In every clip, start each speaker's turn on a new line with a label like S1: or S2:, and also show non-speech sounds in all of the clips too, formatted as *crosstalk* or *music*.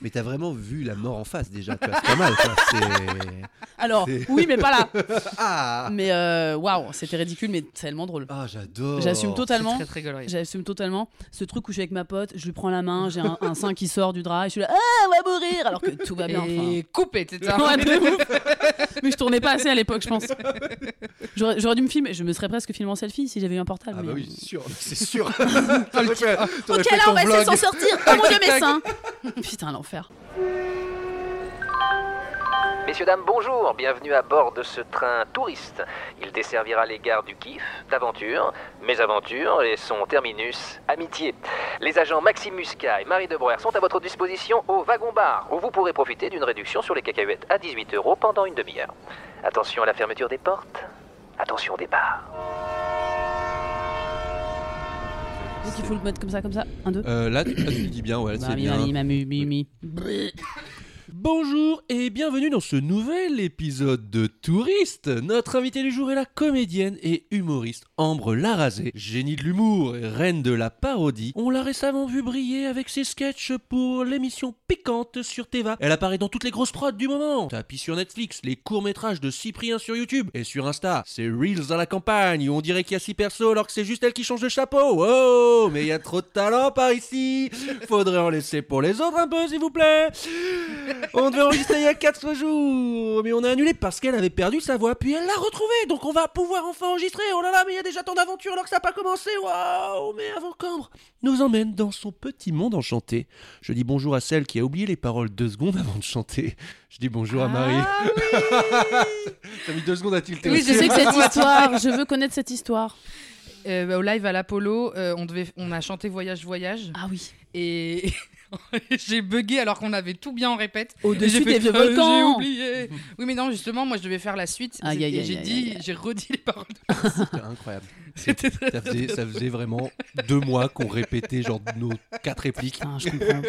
S1: Mais t'as vraiment vu la mort en face déjà, tu vois, c'est pas mal. quoi, c'est-
S2: Alors,
S1: C'est-
S2: oui, mais pas là.
S1: *laughs* Ah,
S2: Mais euh, waouh, c'était ridicule, mais tellement drôle.
S1: *laughs* Ah, j'adore.
S2: J'assume totalement.
S3: C'est très très gaulerie.
S2: J'assume totalement ce truc où je suis avec ma pote, je lui prends la main, j'ai un, un sein qui sort du drap et je suis là, ah, on va mourir Alors que tout va bien.
S3: Et coupé, t'étais
S2: enfin. *laughs* Ouais, de ouf. Mais je tournais pas assez à l'époque, je pense. J'aurais j'aurais dû me filmer, je me serais presque filmé en selfie si j'avais eu un portable.
S1: Ah
S2: mais-
S1: bah oui, c'est sûr, c'est
S2: *laughs*
S1: sûr. *laughs* T'aurais fait- t'aurais
S2: Ok,
S1: fait
S2: là,
S1: ton
S2: on va essayer de
S1: vlog.
S2: s'en sortir. Oh
S1: *laughs*
S2: mon dieu,
S3: Tac,
S2: mes
S3: tac.
S2: seins Putain, l'enfer.
S4: Messieurs, dames, bonjour, bienvenue à bord de ce train touriste. Il desservira les gares du Kiff, d'Aventure, Mes Aventures et son terminus, Amitié. Les agents Maxime Muscat et Marie Debrouwer sont à votre disposition au wagon-bar, où vous pourrez profiter d'une réduction sur les cacahuètes à 18 euros pendant une demi-heure. Attention à la fermeture des portes, attention au départ.
S2: Donc il faut le mettre comme ça, comme ça. Un, deux.
S1: Euh, là, tu, là, tu le dis bien, ouais, là,
S2: Bah,
S1: c'est
S2: mi,
S1: bien.
S2: ma, mi, ma, mu, mi, mi.
S1: Bonjour et bienvenue dans ce nouvel épisode de Touriste. Notre invitée du jour est la comédienne et humoriste Ambre Larrazé. Génie de l'humour et reine de la parodie, on l'a récemment vue briller avec ses sketchs pour l'émission Piquante sur Teva. Elle apparaît dans toutes les grosses prods du moment. Tapis sur Netflix, les courts-métrages de Cyprien sur YouTube et sur Insta. C'est Reels à la campagne où on dirait qu'il y a 6 persos alors que c'est juste elle qui change de chapeau. Oh, mais il y a trop de talent par ici. Faudrait en laisser pour les autres un peu s'il vous plaît. On devait enregistrer il y a 4 jours, mais on a annulé parce qu'elle avait perdu sa voix, puis elle l'a retrouvée, donc on va pouvoir enfin enregistrer. Oh là là, mais il y a déjà tant d'aventures alors que ça n'a pas commencé, waouh! Mais avant qu'Ambre nous emmène dans son petit monde enchanté, je dis bonjour à celle qui a oublié les paroles deux secondes avant de chanter. Je dis bonjour
S3: Ah
S1: à Marie. T'as mis deux secondes à tilter.
S2: Oui, je sais
S1: *laughs*
S2: que cette histoire, je veux connaître cette histoire.
S3: Euh, bah, au live à l'Apollo, euh, on, devait, on a chanté Voyage, Voyage.
S2: Ah oui.
S3: Et *laughs* j'ai bugué alors qu'on avait tout bien en répète. Et
S2: Au-dessus
S3: j'ai
S2: des
S3: fait,
S2: vieux
S3: Ah, J'ai
S2: volcans.
S3: oublié. Oui, mais non, justement, moi je devais faire la suite.
S2: Aïe,
S3: Et
S2: aïe, aïe,
S3: j'ai
S2: aïe,
S3: dit,
S2: aïe, aïe.
S3: j'ai redit les paroles. *laughs*
S1: C'était incroyable.
S3: C'était très-
S1: Ça faisait, ça faisait vraiment deux mois qu'on répétait genre nos quatre répliques.
S2: Putain,
S1: *laughs*
S2: je comprends.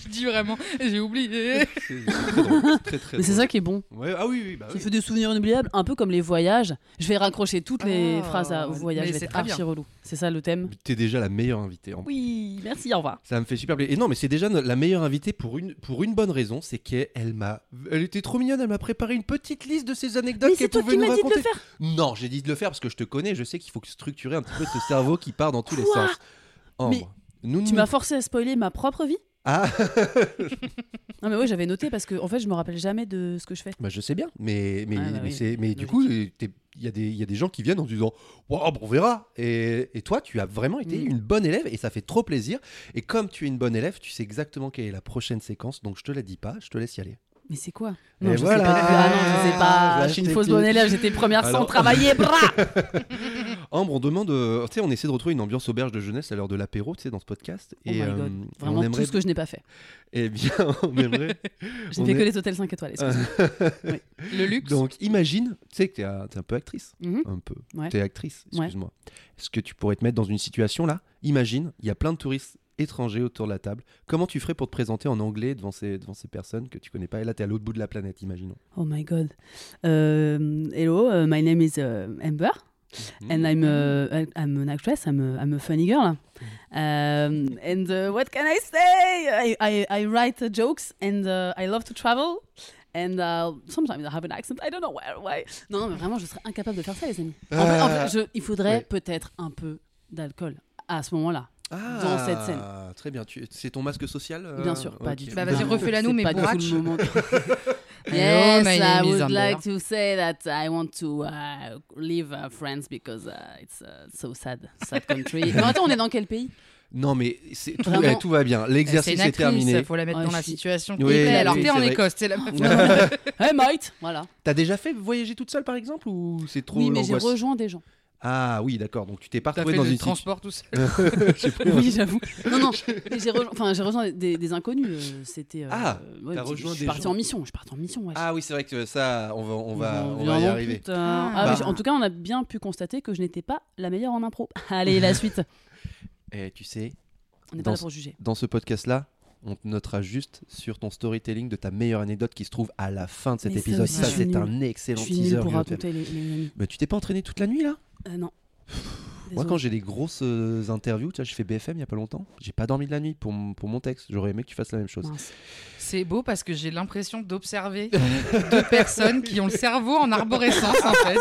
S3: je dis vraiment, j'ai oublié.
S1: C'est c'est très drôle, c'est très, très
S2: Mais c'est
S1: drôle.
S2: ça qui est bon.
S1: Ouais, ah oui, oui, bah
S2: Ça
S1: oui.
S2: fait des souvenirs inoubliables, un peu comme les voyages. Je vais raccrocher toutes les
S3: Ah,
S2: phrases à, au
S3: mais
S2: voyage. Je vais
S3: c'est
S2: être
S3: très bien.
S2: archi relou. C'est ça le thème.
S1: T'es déjà la meilleure invitée. Ambre.
S2: Oui, merci, au revoir.
S1: Ça me fait super plaisir. Et non, mais c'est déjà no- la meilleure invitée pour une, pour une bonne raison, c'est qu'elle elle m'a... Elle était trop mignonne, elle m'a préparé une petite liste de ses anecdotes
S2: Mais c'est
S1: qu'elle
S2: toi
S1: pouvait
S2: qui
S1: nous
S2: m'as dit de
S1: raconter.
S2: le faire.
S1: Non, j'ai dit de le faire parce que je te connais, je sais qu'il faut que structurer un petit peu ce cerveau qui part dans tous les sens. Oh, Ambre,
S2: Mais
S1: nous ne
S2: Tu m'as forcé à spoiler ma propre vie.
S1: Ah,
S2: *laughs* Non, mais oui, j'avais noté parce que en fait, je me rappelle jamais de ce que je fais.
S1: bah, je sais bien, mais, mais,
S2: Ah, bah
S1: mais,
S2: oui,
S1: c'est- mais du
S2: logique.
S1: coup, t'es- il y, a des- il y a des gens qui viennent en se disant Waouh, bon, on verra et, et toi, tu as vraiment été
S2: Mm.
S1: une bonne élève et ça fait trop plaisir. Et comme tu es une bonne élève, tu sais exactement quelle est la prochaine séquence, donc je te la dis pas, je te laisse y aller.
S2: Mais c'est quoi Non,
S1: Et
S2: je
S1: voilà.
S2: sais pas. non plus. Ah non, je sais pas.
S1: Voilà,
S2: Je suis
S1: je
S2: une
S1: t'ai
S2: fausse
S1: dit.
S2: bonne élève. J'étais première sans
S1: Alors- *laughs*
S2: travailler. Bras.
S1: Ambre, on demande, euh, tu sais, on essaie de retrouver une ambiance auberge de jeunesse à l'heure de l'apéro, tu sais, dans ce podcast. euh,
S2: Oh my God.
S1: on
S2: Vraiment
S1: aimerait,
S2: tout ce que je n'ai pas fait.
S1: *laughs* eh bien,
S2: *laughs*
S1: on aimerait.
S2: J'ai
S1: on
S2: fait
S1: est-
S2: que les hôtels 5 étoiles. excuse-moi.
S3: Le luxe. euh,
S1: Donc, imagine, tu sais, que t'es un, t'es un peu actrice,
S2: Mhm.
S1: un peu.
S2: Ouais.
S1: T'es actrice,
S2: Ouais.
S1: excuse-moi. Est-ce que tu pourrais te mettre dans une situation là Imagine, il y a plein de touristes étrangers autour de la table. Comment tu ferais pour te présenter en anglais devant ces, devant ces personnes que tu connais pas Et là, t'es à l'autre bout de la planète, imaginons.
S2: Oh my god. Euh, hello, uh, my name is uh, Amber,
S1: Hmm.
S2: and I'm uh, I'm an actress. I'm a, I'm a funny girl. Um, and uh, what can I say? I I, I write uh, jokes, and uh, I love to travel. And uh, sometimes I have an accent. I don't know where, why. Non, mais vraiment, je serais incapable de faire ça, les amis. En vrai- en vrai, je- il faudrait
S1: oui.
S2: peut-être un peu d'alcool à ce moment-là.
S1: Ah,
S2: dans cette scène.
S1: Très bien. Tu- C'est ton masque social euh,
S2: Bien sûr, pas
S1: ok.
S2: du tout.
S3: Bah, vas-y,
S2: Vraiment,
S3: refais-la
S2: c'est
S3: nous, mais
S2: pas du tout
S3: bourrache.
S2: le *laughs* moment. Eh oh,
S3: Hello,
S2: yes,
S3: my
S2: I
S3: name is
S2: would
S3: Amber.
S2: like to say that I want to uh, leave uh, France because uh, it's uh, so sad, sad *laughs* country. non, attends, on est dans quel pays
S1: Non, mais c'est- tout,
S2: Vraiment.
S1: eh, tout va bien.
S3: Eh, c'est
S1: L'exercice
S3: une
S1: est
S3: actrice,
S1: terminé. *laughs*
S3: faut la mettre
S2: Ouais,
S3: dans
S2: je
S3: la
S2: suis-
S3: situation.
S1: Oui,
S3: Et
S1: oui,
S3: alors,
S1: oui,
S3: t'es en
S1: c'est vrai.
S3: Écosse, t'es là.
S2: Hey, mate Voilà.
S1: T'as déjà fait voyager toute seule par exemple ou c'est trop
S2: oui, mais j'ai
S1: l'angoisse
S2: *laughs* rejoint des gens.
S1: Ah oui, d'accord. Donc tu t'es pas
S3: T'as
S1: retrouvé
S3: fait
S1: dans
S3: le
S1: une
S3: transport tout seul.
S1: situation.
S2: Oui, j'avoue. Non, non, mais j'ai rejoint, enfin, j'ai rejoint des, des inconnus. euh, C'était. euh,
S1: Ah,
S2: ouais,
S1: t'as
S2: je-
S1: rejoint
S2: je suis
S1: des
S2: parti
S1: gens.
S2: en mission. Je suis parti en mission. Ouais.
S1: Ah oui, c'est vrai que ça, on va, on va, on va y
S2: reviendra
S1: arriver.
S2: plus tard.
S3: Ah.
S2: Ah oui,
S1: Bah.
S2: en tout cas, on a bien pu constater que je n'étais pas la meilleure en impro. *laughs*
S1: *laughs*
S2: Allez, la suite.
S1: Et Eh, tu sais,
S2: On n'est pas
S1: Dans
S2: là pour juger.
S1: dans ce podcast-là, on te notera juste sur ton storytelling de ta meilleure anecdote qui se trouve à la fin de cet
S2: Mais ça
S1: épisode.
S2: aussi,
S1: Ça,
S2: je suis
S1: c'est
S2: nulle.
S1: un
S2: Je
S1: excellent
S2: suis nulle
S1: teaser.
S2: pour
S1: Guillaume.
S2: raconter les. les- les-
S1: Mais tu t'es pas entraîné toute la nuit là
S2: Euh, non.
S1: Moi,
S2: Désolée.
S1: quand j'ai des grosses euh, interviews, tu vois, j'ai fait BFM il y a pas longtemps. J'ai pas dormi de la nuit pour, mon- pour mon texte. J'aurais aimé que tu fasses la même chose.
S2: Mince.
S3: C'est beau parce que j'ai l'impression d'observer deux *laughs* personnes qui ont le cerveau en arborescence en fait.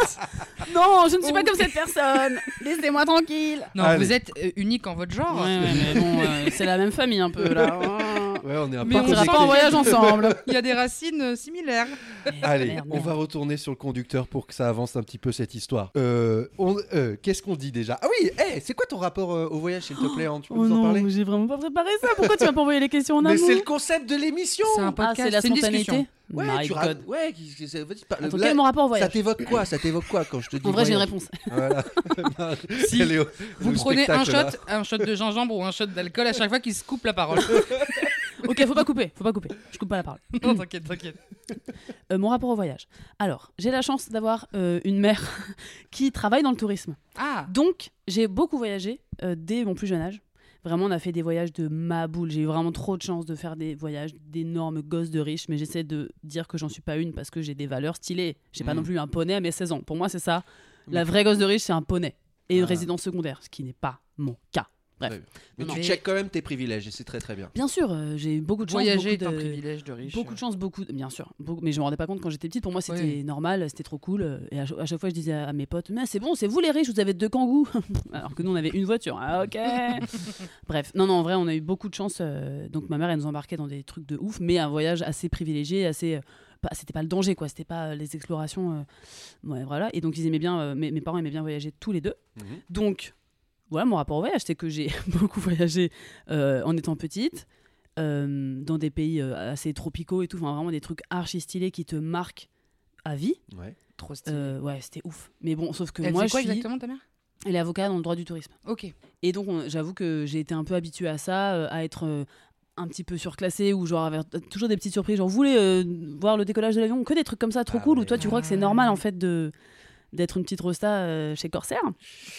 S2: Non, je ne suis pas comme cette personne. Laissez-moi tranquille.
S3: Non,
S1: Allez.
S3: vous êtes euh, unique en votre genre.
S2: Ouais, ouais, mais bon, euh, c'est la même famille un peu
S1: *laughs*
S2: là. Oh.
S1: Ouais, on est un
S3: Mais
S2: On
S3: on
S2: partira
S3: sent
S2: pas en voyage ensemble.
S3: Il y a des racines euh, similaires.
S1: *laughs* Allez,
S2: Merde,
S1: on
S2: merde.
S1: va retourner sur le conducteur pour que ça avance un petit peu cette histoire. Euh, on- euh, Qu'est-ce qu'on dit déjà Ah oui, hey, c'est quoi ton rapport euh, au voyage, s'il te plaît hein Tu peux
S2: Oh
S1: nous en
S2: non,
S1: parler
S2: mais j'ai vraiment pas préparé ça. Pourquoi tu m'as pas envoyé les questions en
S1: Mais
S2: amont
S1: c'est le concept de l'émission
S3: C'est un
S2: Ah,
S3: podcast,
S2: c'est la
S3: c'est une discussion.
S2: spontanéité.
S1: Ouais,
S2: My
S1: tu ra-
S2: God.
S1: ouais, qui- qui- c'est- vas-y, parle-
S2: Attends,
S1: là,
S2: quel est mon rapport au
S1: ça
S2: voyage
S1: t'évoque quoi Ça t'évoque quoi quand je te dis
S2: En vrai, j'ai une
S1: voyage
S2: réponse.
S1: Voilà.
S3: Si.
S1: Elle est au-
S3: Vous
S1: le
S3: prenez un
S1: spectacle, là.
S3: shot, un shot de gingembre ou un shot d'alcool à chaque fois qu'il se coupe la
S1: *laughs*
S3: parole.
S2: Ok, faut pas couper, faut pas couper. Je coupe pas la parole.
S3: non, t'inquiète, t'inquiète.
S2: Euh, mon rapport au voyage. Alors, j'ai la chance d'avoir euh, une mère *laughs* qui travaille dans le tourisme.
S3: Ah,
S2: Donc, j'ai beaucoup voyagé euh, dès mon plus jeune âge. Vraiment, on a fait des voyages de ma boule. J'ai eu vraiment trop de chance de faire des voyages d'énormes gosses de riches, mais j'essaie de dire que j'en suis pas une parce que j'ai des valeurs stylées. J'ai pas
S1: Mm.
S2: non plus un poney à mes 16 ans. Pour moi, c'est ça. La vraie gosse de riche, c'est un poney et une
S1: Ah.
S2: résidence secondaire, ce qui n'est pas mon cas. Bref.
S1: Ouais. Mais
S2: Non,
S1: tu
S2: mais-
S1: check quand même tes privilèges et c'est très très bien.
S2: Bien sûr, euh, j'ai eu beaucoup de chance.
S3: voyager est
S2: beaucoup
S3: un
S2: de-
S3: privilège de riche.
S2: Beaucoup de chance, beaucoup, de- bien sûr. Beaucoup- mais je me rendais pas compte quand j'étais petite. Pour moi, c'était
S3: Oui.
S2: normal, c'était trop cool. euh, Et à, ch- à chaque fois, je disais à, à mes potes Mais c'est bon, c'est vous les riches, vous avez deux kangous. *laughs* Alors que nous, on avait une voiture. Ah,
S3: *laughs*
S2: ok. Bref, non, non, en vrai, on a eu beaucoup de chance. euh, donc, ma mère, elle nous embarquait dans des trucs de ouf, mais un voyage assez privilégié, assez. euh, pas- c'était pas le danger, quoi. C'était pas euh, les explorations. euh, ouais, voilà. Et donc, ils aimaient bien. euh, mes, mes parents aimaient bien voyager tous les deux.
S1: Mhm.
S2: Donc, voilà mon rapport au voyage, c'est que j'ai *laughs* beaucoup voyagé euh, en étant petite, euh, dans des pays euh, assez tropicaux et tout, enfin, vraiment des trucs archi stylés qui te marquent à vie.
S1: Ouais.
S3: Trop stylé.
S2: Euh, ouais, c'était ouf. Mais bon, sauf que
S3: Elle
S2: moi,
S3: faisait
S2: je
S3: quoi
S2: suis...
S3: exactement ta mère
S2: Elle est avocate dans le droit du tourisme.
S3: Ok.
S2: Et donc, on- j'avoue que j'ai été un peu habituée à ça, euh, à être euh, un petit peu surclassée ou genre avoir toujours des petites surprises. Genre, vous voulez euh, voir le décollage de l'avion Que des trucs comme ça, trop
S1: Ah
S2: cool.
S1: ouais.
S2: Ou toi, tu crois que c'est
S3: Ah.
S2: normal en fait de d'être une petite rosta euh, chez Corsair.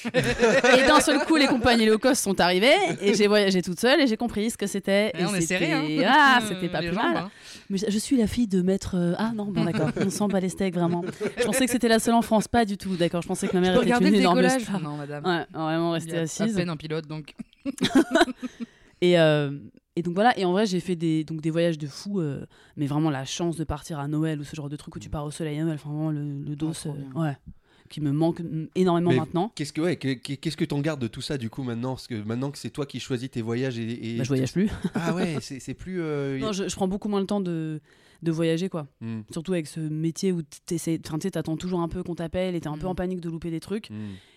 S3: *laughs*
S2: et d'un seul coup, les compagnies low cost sont arrivées et j'ai voyagé toute seule et j'ai compris ce que c'était.
S3: Eh,
S2: Et
S3: on est serré, hein
S2: c'était-
S3: *laughs*
S2: Ah, c'était pas
S3: Les
S2: plus
S3: jambes,
S2: mal.
S3: hein.
S2: Mais je, je suis la fille de maître. euh, Ah non,
S3: *laughs*
S2: bon d'accord, on s'en bat les steaks vraiment. Je pensais que c'était la seule en France, pas du tout. D'accord, je pensais que ma mère était
S3: Regardez
S2: une
S3: le
S2: énorme
S3: décollage.
S2: star.
S3: Non, madame.
S2: Ouais, vraiment
S3: Il
S2: restée
S3: y a à
S2: assise.
S3: peine un pilote, donc.
S2: Et, euh, et donc voilà, et en vrai, j'ai fait des, donc des voyages de fou, euh, mais vraiment la chance de partir à Noël ou ce genre de truc où tu pars au soleil à Noël, enfin vraiment le, le dos,
S3: Mm. Oh, trop
S2: euh,
S3: bien.
S2: ouais, qui me manque mm, énormément
S1: Mais-
S2: maintenant.
S1: Qu'est-ce que ouais, que- que- qu'est-ce que t'en gardes de tout ça du coup maintenant Parce que maintenant que c'est toi qui choisis tes voyages et, et-
S2: Bah, je voyage plus.
S1: Ah ouais, c'est c'est plus. euh,
S2: Non, je, je prends beaucoup moins le temps de, de voyager, quoi.
S1: Hmm,
S2: Surtout avec ce métier où t'essaies- enfin, tu sais, t'attends toujours un peu qu'on t'appelle et t'es un peu
S3: Mm.
S2: en panique de louper des trucs.
S1: hmm.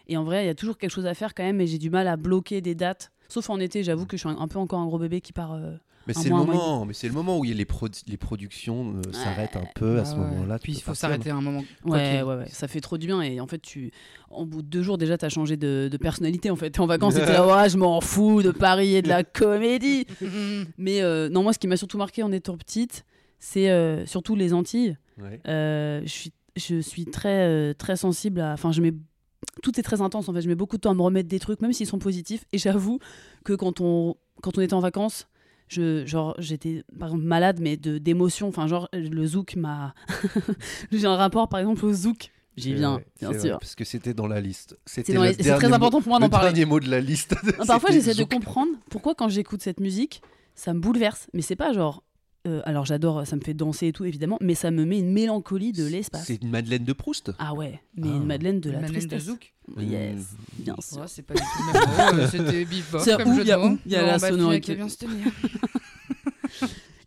S2: Et en vrai, il y a toujours quelque chose à faire quand même, et j'ai du mal à bloquer des dates. Sauf en été, j'avoue que je suis un, un peu encore un gros bébé qui part. euh,
S1: Mais
S2: Un
S1: c'est le
S2: mois, un mois et
S1: moment. Mais c'est le moment où il y a les, produ- les productions euh, s'arrêtent un peu à hein. ce
S2: Ah
S3: Bah ouais.
S1: moment-là. tu
S3: Puis il
S1: peux
S3: faut
S1: partir,
S3: s'arrêter à un moment. quoi
S2: Ouais,
S3: qu'il- *laughs*
S2: ouais, ouais, ça fait trop du bien. Et en fait, tu, en bout de deux jours déjà, t'as changé de, de personnalité. En fait, t'es en vacances, et t'es là, ouais, je m'en fous de Paris et de la comédie. Mais euh, non, moi, ce qui m'a surtout marqué en étant petite, c'est euh, surtout les Antilles.
S1: donc. Ouais.
S2: Euh, je suis, je suis très, euh, très sensible à. Enfin, je mets. Tout est très intense en fait. Je mets beaucoup de temps à me remettre des trucs, même s'ils sont positifs. Et j'avoue que quand on, quand on était en vacances, je, genre, j'étais par exemple malade, mais de d'émotion. Enfin, genre, le zouk m'a. *laughs* J'ai un rapport par exemple au zouk. J'y
S1: C'est
S2: viens,
S1: vrai,
S2: bien
S1: c'est vrai,
S2: sûr.
S1: parce que c'était dans la liste. C'était
S2: C'est dans
S1: le
S2: les- c'est
S1: dernier
S2: très
S1: mot-
S2: important pour moi
S1: le
S2: d'en parler.
S1: dernier mot de la liste.
S2: Non, Parfois,
S1: C'était
S2: j'essaie de
S1: Zouk.
S2: comprendre pourquoi quand j'écoute cette musique, ça me bouleverse. Mais c'est pas genre. euh, alors, j'adore, ça me fait danser et tout, évidemment, mais ça me met une mélancolie de l'espace.
S1: C'est une Madeleine de Proust.
S2: Ah ouais, mais
S1: Ah.
S2: une Madeleine de la
S3: Madeleine de
S2: tristesse.
S3: Zouk.
S2: Yes, bien sûr.
S3: Ouais, c'est pas du tout le même mot, euh, C'était bebop
S2: C'est
S3: comme
S2: où,
S3: jeu
S2: y a
S3: de mots.
S2: où, y a
S3: Non,
S2: la
S3: bah, puis,
S2: sonorité.
S3: il y a bien se tenir.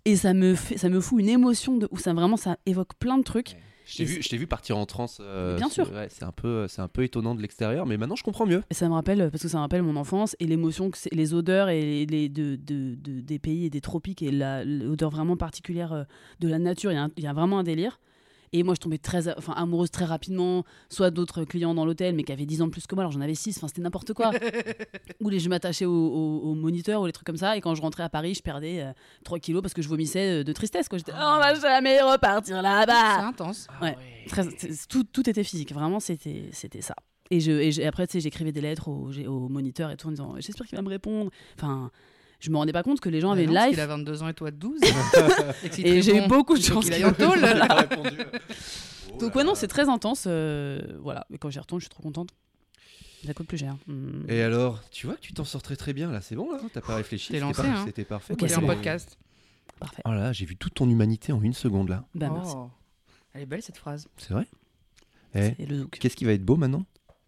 S2: Et ça me fait, ça me fout une émotion de où ça vraiment ça évoque plein de trucs.
S1: Je t'ai vu, je t'ai vu partir en transe. euh,
S2: Bien
S1: sur-
S2: sûr.
S1: ouais, c'est un peu, c'est un peu étonnant de l'extérieur, mais maintenant je comprends
S2: *laughs*
S1: mieux.
S2: Et ça me rappelle parce que ça me rappelle mon enfance et l'émotion que c'est- les odeurs et les, les- de, de- de- des pays et des tropiques et la- l'odeur vraiment particulière euh, de la nature. Il y, a un- il y a vraiment un délire. Et moi, je tombais très, enfin, amoureuse très rapidement, soit d'autres clients dans l'hôtel, mais qui avaient 10 ans de plus que moi, alors j'en avais 6, enfin, c'était n'importe quoi. ou les, je m'attachais au, au- au moniteur ou les trucs comme ça, et quand je rentrais à Paris, je perdais euh, 3 kilos parce que je vomissais euh, de tristesse, quoi. J'étais, oh, on va jamais repartir
S3: C'est
S2: là-bas!
S3: intense.
S2: Ah.
S3: Bah,
S2: Ouais. Très- c'est- tout, tout était physique, vraiment, c'était c'était ça. Et, je, et je- et après, tu sais, j'écrivais des lettres au, j'ai- au moniteur et tout en disant J'espère qu'il va me répondre. Enfin, je me rendais pas compte que les gens avaient
S3: Bah
S2: une
S3: non, parce
S2: life.
S3: qu'il a 22 ans et
S2: *laughs*
S3: toi 12.
S2: Et j'ai eu beaucoup de chance.
S3: Il aille
S2: *laughs*
S3: en tôle.
S2: Ah,
S1: Il a répondu. Oh
S2: Donc,
S1: là
S2: ouais, non,
S1: là.
S2: c'est très intense. euh, voilà, mais quand j'y retourne, je suis trop contente. Ça coûte plus cher. Hmm.
S1: Et alors, tu vois que tu t'en sors très très bien là, c'est bon là hein, T'as
S2: Oh,
S1: pas réfléchi,
S3: t'es
S1: c'était
S3: lancé,
S1: par-
S3: hein.
S1: c'était parfait.
S2: Ok,
S3: Il est en
S2: c'est bon.
S3: podcast.
S2: Parfait.
S1: Oh là là, j'ai vu toute ton humanité en une seconde là,
S2: Bah,
S3: Oh.
S2: merci.
S3: Elle est belle cette phrase.
S1: c'est vrai Eh,
S2: C'est le zouk.
S1: Qu'est-ce qui va être beau maintenant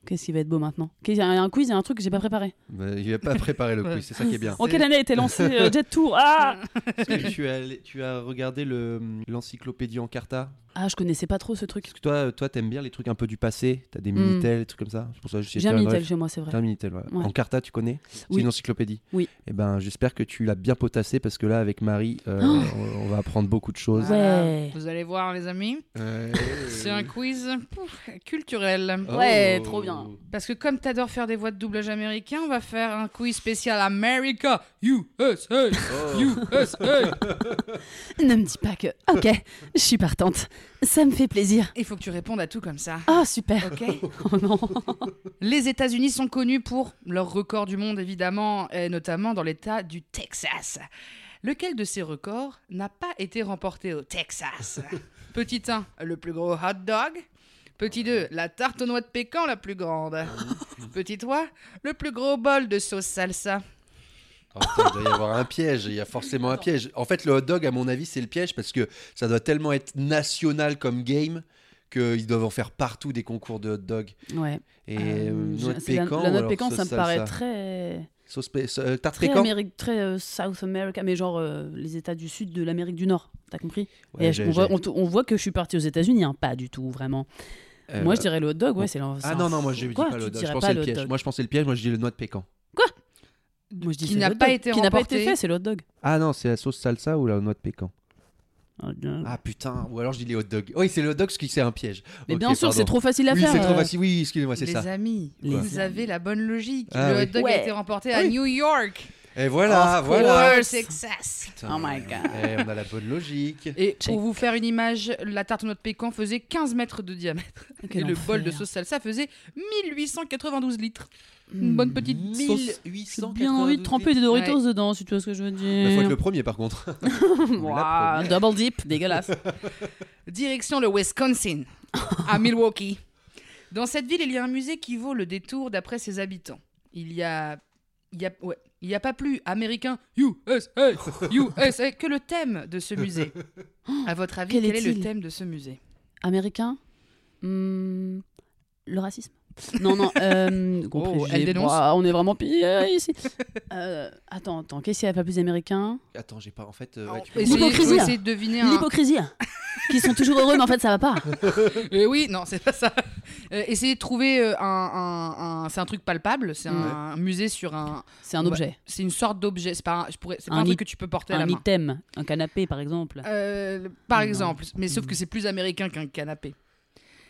S2: Qu'est-ce qui va être beau maintenant Qu'est- Il y a un quiz, il y a un truc que j'ai pas préparé.
S1: Bah, Il n'a
S2: *laughs*
S1: pas préparé le
S3: Ouais.
S1: quiz, c'est ça qui est bien.
S2: En quelle année a été lancé
S3: *laughs*
S2: euh, Jet Tour ah,
S1: Parce que tu, as, allé- tu as regardé le- l'encyclopédie en carta
S2: ah, je connaissais pas trop ce truc.
S1: Parce que toi, toi t'aimes bien les trucs un peu du passé, t'as des
S2: Mm.
S1: Minitel, des trucs comme ça. C'est pour ça que je
S2: J'ai un Minitel chez moi, c'est vrai.
S1: T'as un Minitel, ouais.
S2: Ouais.
S1: En carta, tu connais C'est
S2: Oui.
S1: une encyclopédie.
S2: Oui.
S1: Et ben, j'espère que tu l'as bien potassé parce que là, avec Marie,
S2: *gasps*
S1: euh,
S2: Oh.
S1: on, on va apprendre beaucoup de choses.
S2: Ouais.
S3: Voilà. Vous allez voir les amis,
S1: Euh,
S3: c'est un quiz pouf, culturel.
S1: oh.
S2: Ouais, trop bien.
S3: Parce que comme t'adores faire des voix de doublage américain, on va faire un quiz spécial America, USA,
S1: Oh.
S3: USA.
S2: Ne me dis pas que. Ok, je suis partante. Ça me fait plaisir.
S3: Il faut que tu répondes à tout comme ça.
S2: Ah, super.
S3: Ok
S2: *laughs* Oh non.
S3: Les États-Unis sont connus pour leur record du monde, évidemment, et notamment dans l'État du Texas. Lequel de ces records n'a pas été remporté
S2: *laughs*
S3: au Texas Petit 1, le plus gros hot dog. Petit 2, la tarte aux noix de pécan la plus grande.
S2: Ah
S3: Petit 3, le plus gros bol de sauce salsa.
S1: Oh, putain, il doit y avoir un piège, il y a forcément un piège. En fait, le hot dog, à mon avis, c'est le piège parce que ça doit tellement être national comme game qu'ils doivent en faire partout des concours de hot dog.
S2: Ouais.
S1: Et
S2: Euh,
S1: euh,
S2: je-
S1: noix de
S2: c'est la-
S1: pécan,
S2: La, noix de
S1: alors
S2: pécan,
S1: sauce
S2: ça me
S1: salsa.
S2: paraît très.
S1: Sauce pé- sa- euh, tarte
S2: Très,
S1: pécan
S2: Amérique, très euh, South America, mais genre euh, les États du Sud de l'Amérique du Nord. T'as compris
S1: Ouais,
S2: Et je-
S1: j'ai-
S2: on, voit,
S1: j'ai-
S2: on, te- on voit que je suis partie aux États-Unis, hein, pas du tout, vraiment.
S1: euh,
S2: moi, je dirais le hot dog,
S1: bon.
S2: ouais, c'est l'en- c'est
S1: Ah
S2: un
S1: non, non,
S2: fou-
S1: moi je dis
S2: Quoi
S1: pas le
S2: Tu
S1: hot dog. Je
S2: dirais
S1: pensais
S2: pas
S1: le
S2: hot
S1: piège.
S2: dog.
S1: Moi je pensais le piège, moi je dis le noix de pécan.
S2: Moi, je dis
S3: qui
S2: c'est le
S3: n'a
S2: hot
S3: pas
S2: dog.
S3: été
S2: Qui n'a pas
S3: remporté.
S2: été fait, c'est le hot dog.
S1: Ah non, c'est la sauce salsa ou la noix de pécan
S2: Mm. Hot dog.
S1: Ah putain, ou alors je dis les hot dogs. Oui, c'est le hot dog parce que c'est un piège.
S2: mais
S1: Ok,
S2: bien sûr,
S1: pardon.
S2: c'est trop facile à
S1: Oui,
S2: faire.
S1: c'est trop
S2: euh,
S1: facile. Oui, excusez-moi, c'est
S3: Les
S1: ça.
S3: amis,
S2: Les amis.
S3: vous avez la bonne logique.
S1: Ah
S3: le
S1: oui.
S3: hot dog a
S2: Ouais.
S3: été remporté à
S1: Oui.
S3: New York.
S1: Et voilà,
S2: Of
S1: voilà.
S2: course.
S3: Au Texas.
S1: Putain,
S2: Oh my God.
S1: eh, on a la bonne logique.
S3: Et
S2: Check.
S3: pour vous faire une image, la tarte aux noix de pécan faisait 15 mètres de diamètre.
S2: quel
S3: et le bol de
S2: enfer.
S3: sauce salsa faisait 1892 litres.
S2: Hmm.
S3: Une bonne petite sauce.
S2: J'ai bien envie de tremper des Doritos dedans, si tu vois ce que je veux
S1: Il Bah, faut
S2: dire.
S1: être le premier par contre. *laughs*
S2: Ouah,
S1: la
S2: double dip, dégueulasse.
S3: Direction le Wisconsin, *laughs* à Milwaukee. Dans cette ville, il y a un musée qui vaut le détour d'après ses habitants. Il y a... Il y a... ouais, Il n'y a pas plus américain USA, USA que le thème de ce musée. À votre avis,
S2: Quel
S3: quel est le
S2: est-il
S3: thème de ce musée
S2: Américain Hmm, Le racisme Non, non, euh, gros
S3: Oh,
S2: préjugés.
S3: elle dénonce.
S2: Bah, on est vraiment pire ici. *laughs* Euh, attends, attends, qu'est-ce qu'il n'y a pas plus américain
S1: Attends, j'ai pas. En fait, euh, ouais, tu-
S3: Essayez-
S2: L'hypocrisie.
S3: faut essayer de deviner un,
S2: L'hypocrisie Qui sont toujours heureux, mais en fait, ça va pas.
S3: Euh, oui, non, c'est pas ça. *laughs* Euh, essayez de trouver euh, un, un- un- c'est un truc palpable. C'est
S2: Mm.
S3: un musée sur un,
S2: C'est un objet.
S3: c'est une sorte d'objet. C'est pas, un, je pourrais- c'est pas
S2: Un
S3: un,
S2: i-
S3: truc que tu peux porter à la
S2: Un
S3: main.
S2: item, un canapé, par exemple.
S3: Euh, le- par
S2: Non.
S3: exemple, mais sauf que
S2: Mm.
S3: c'est plus américain qu'un canapé.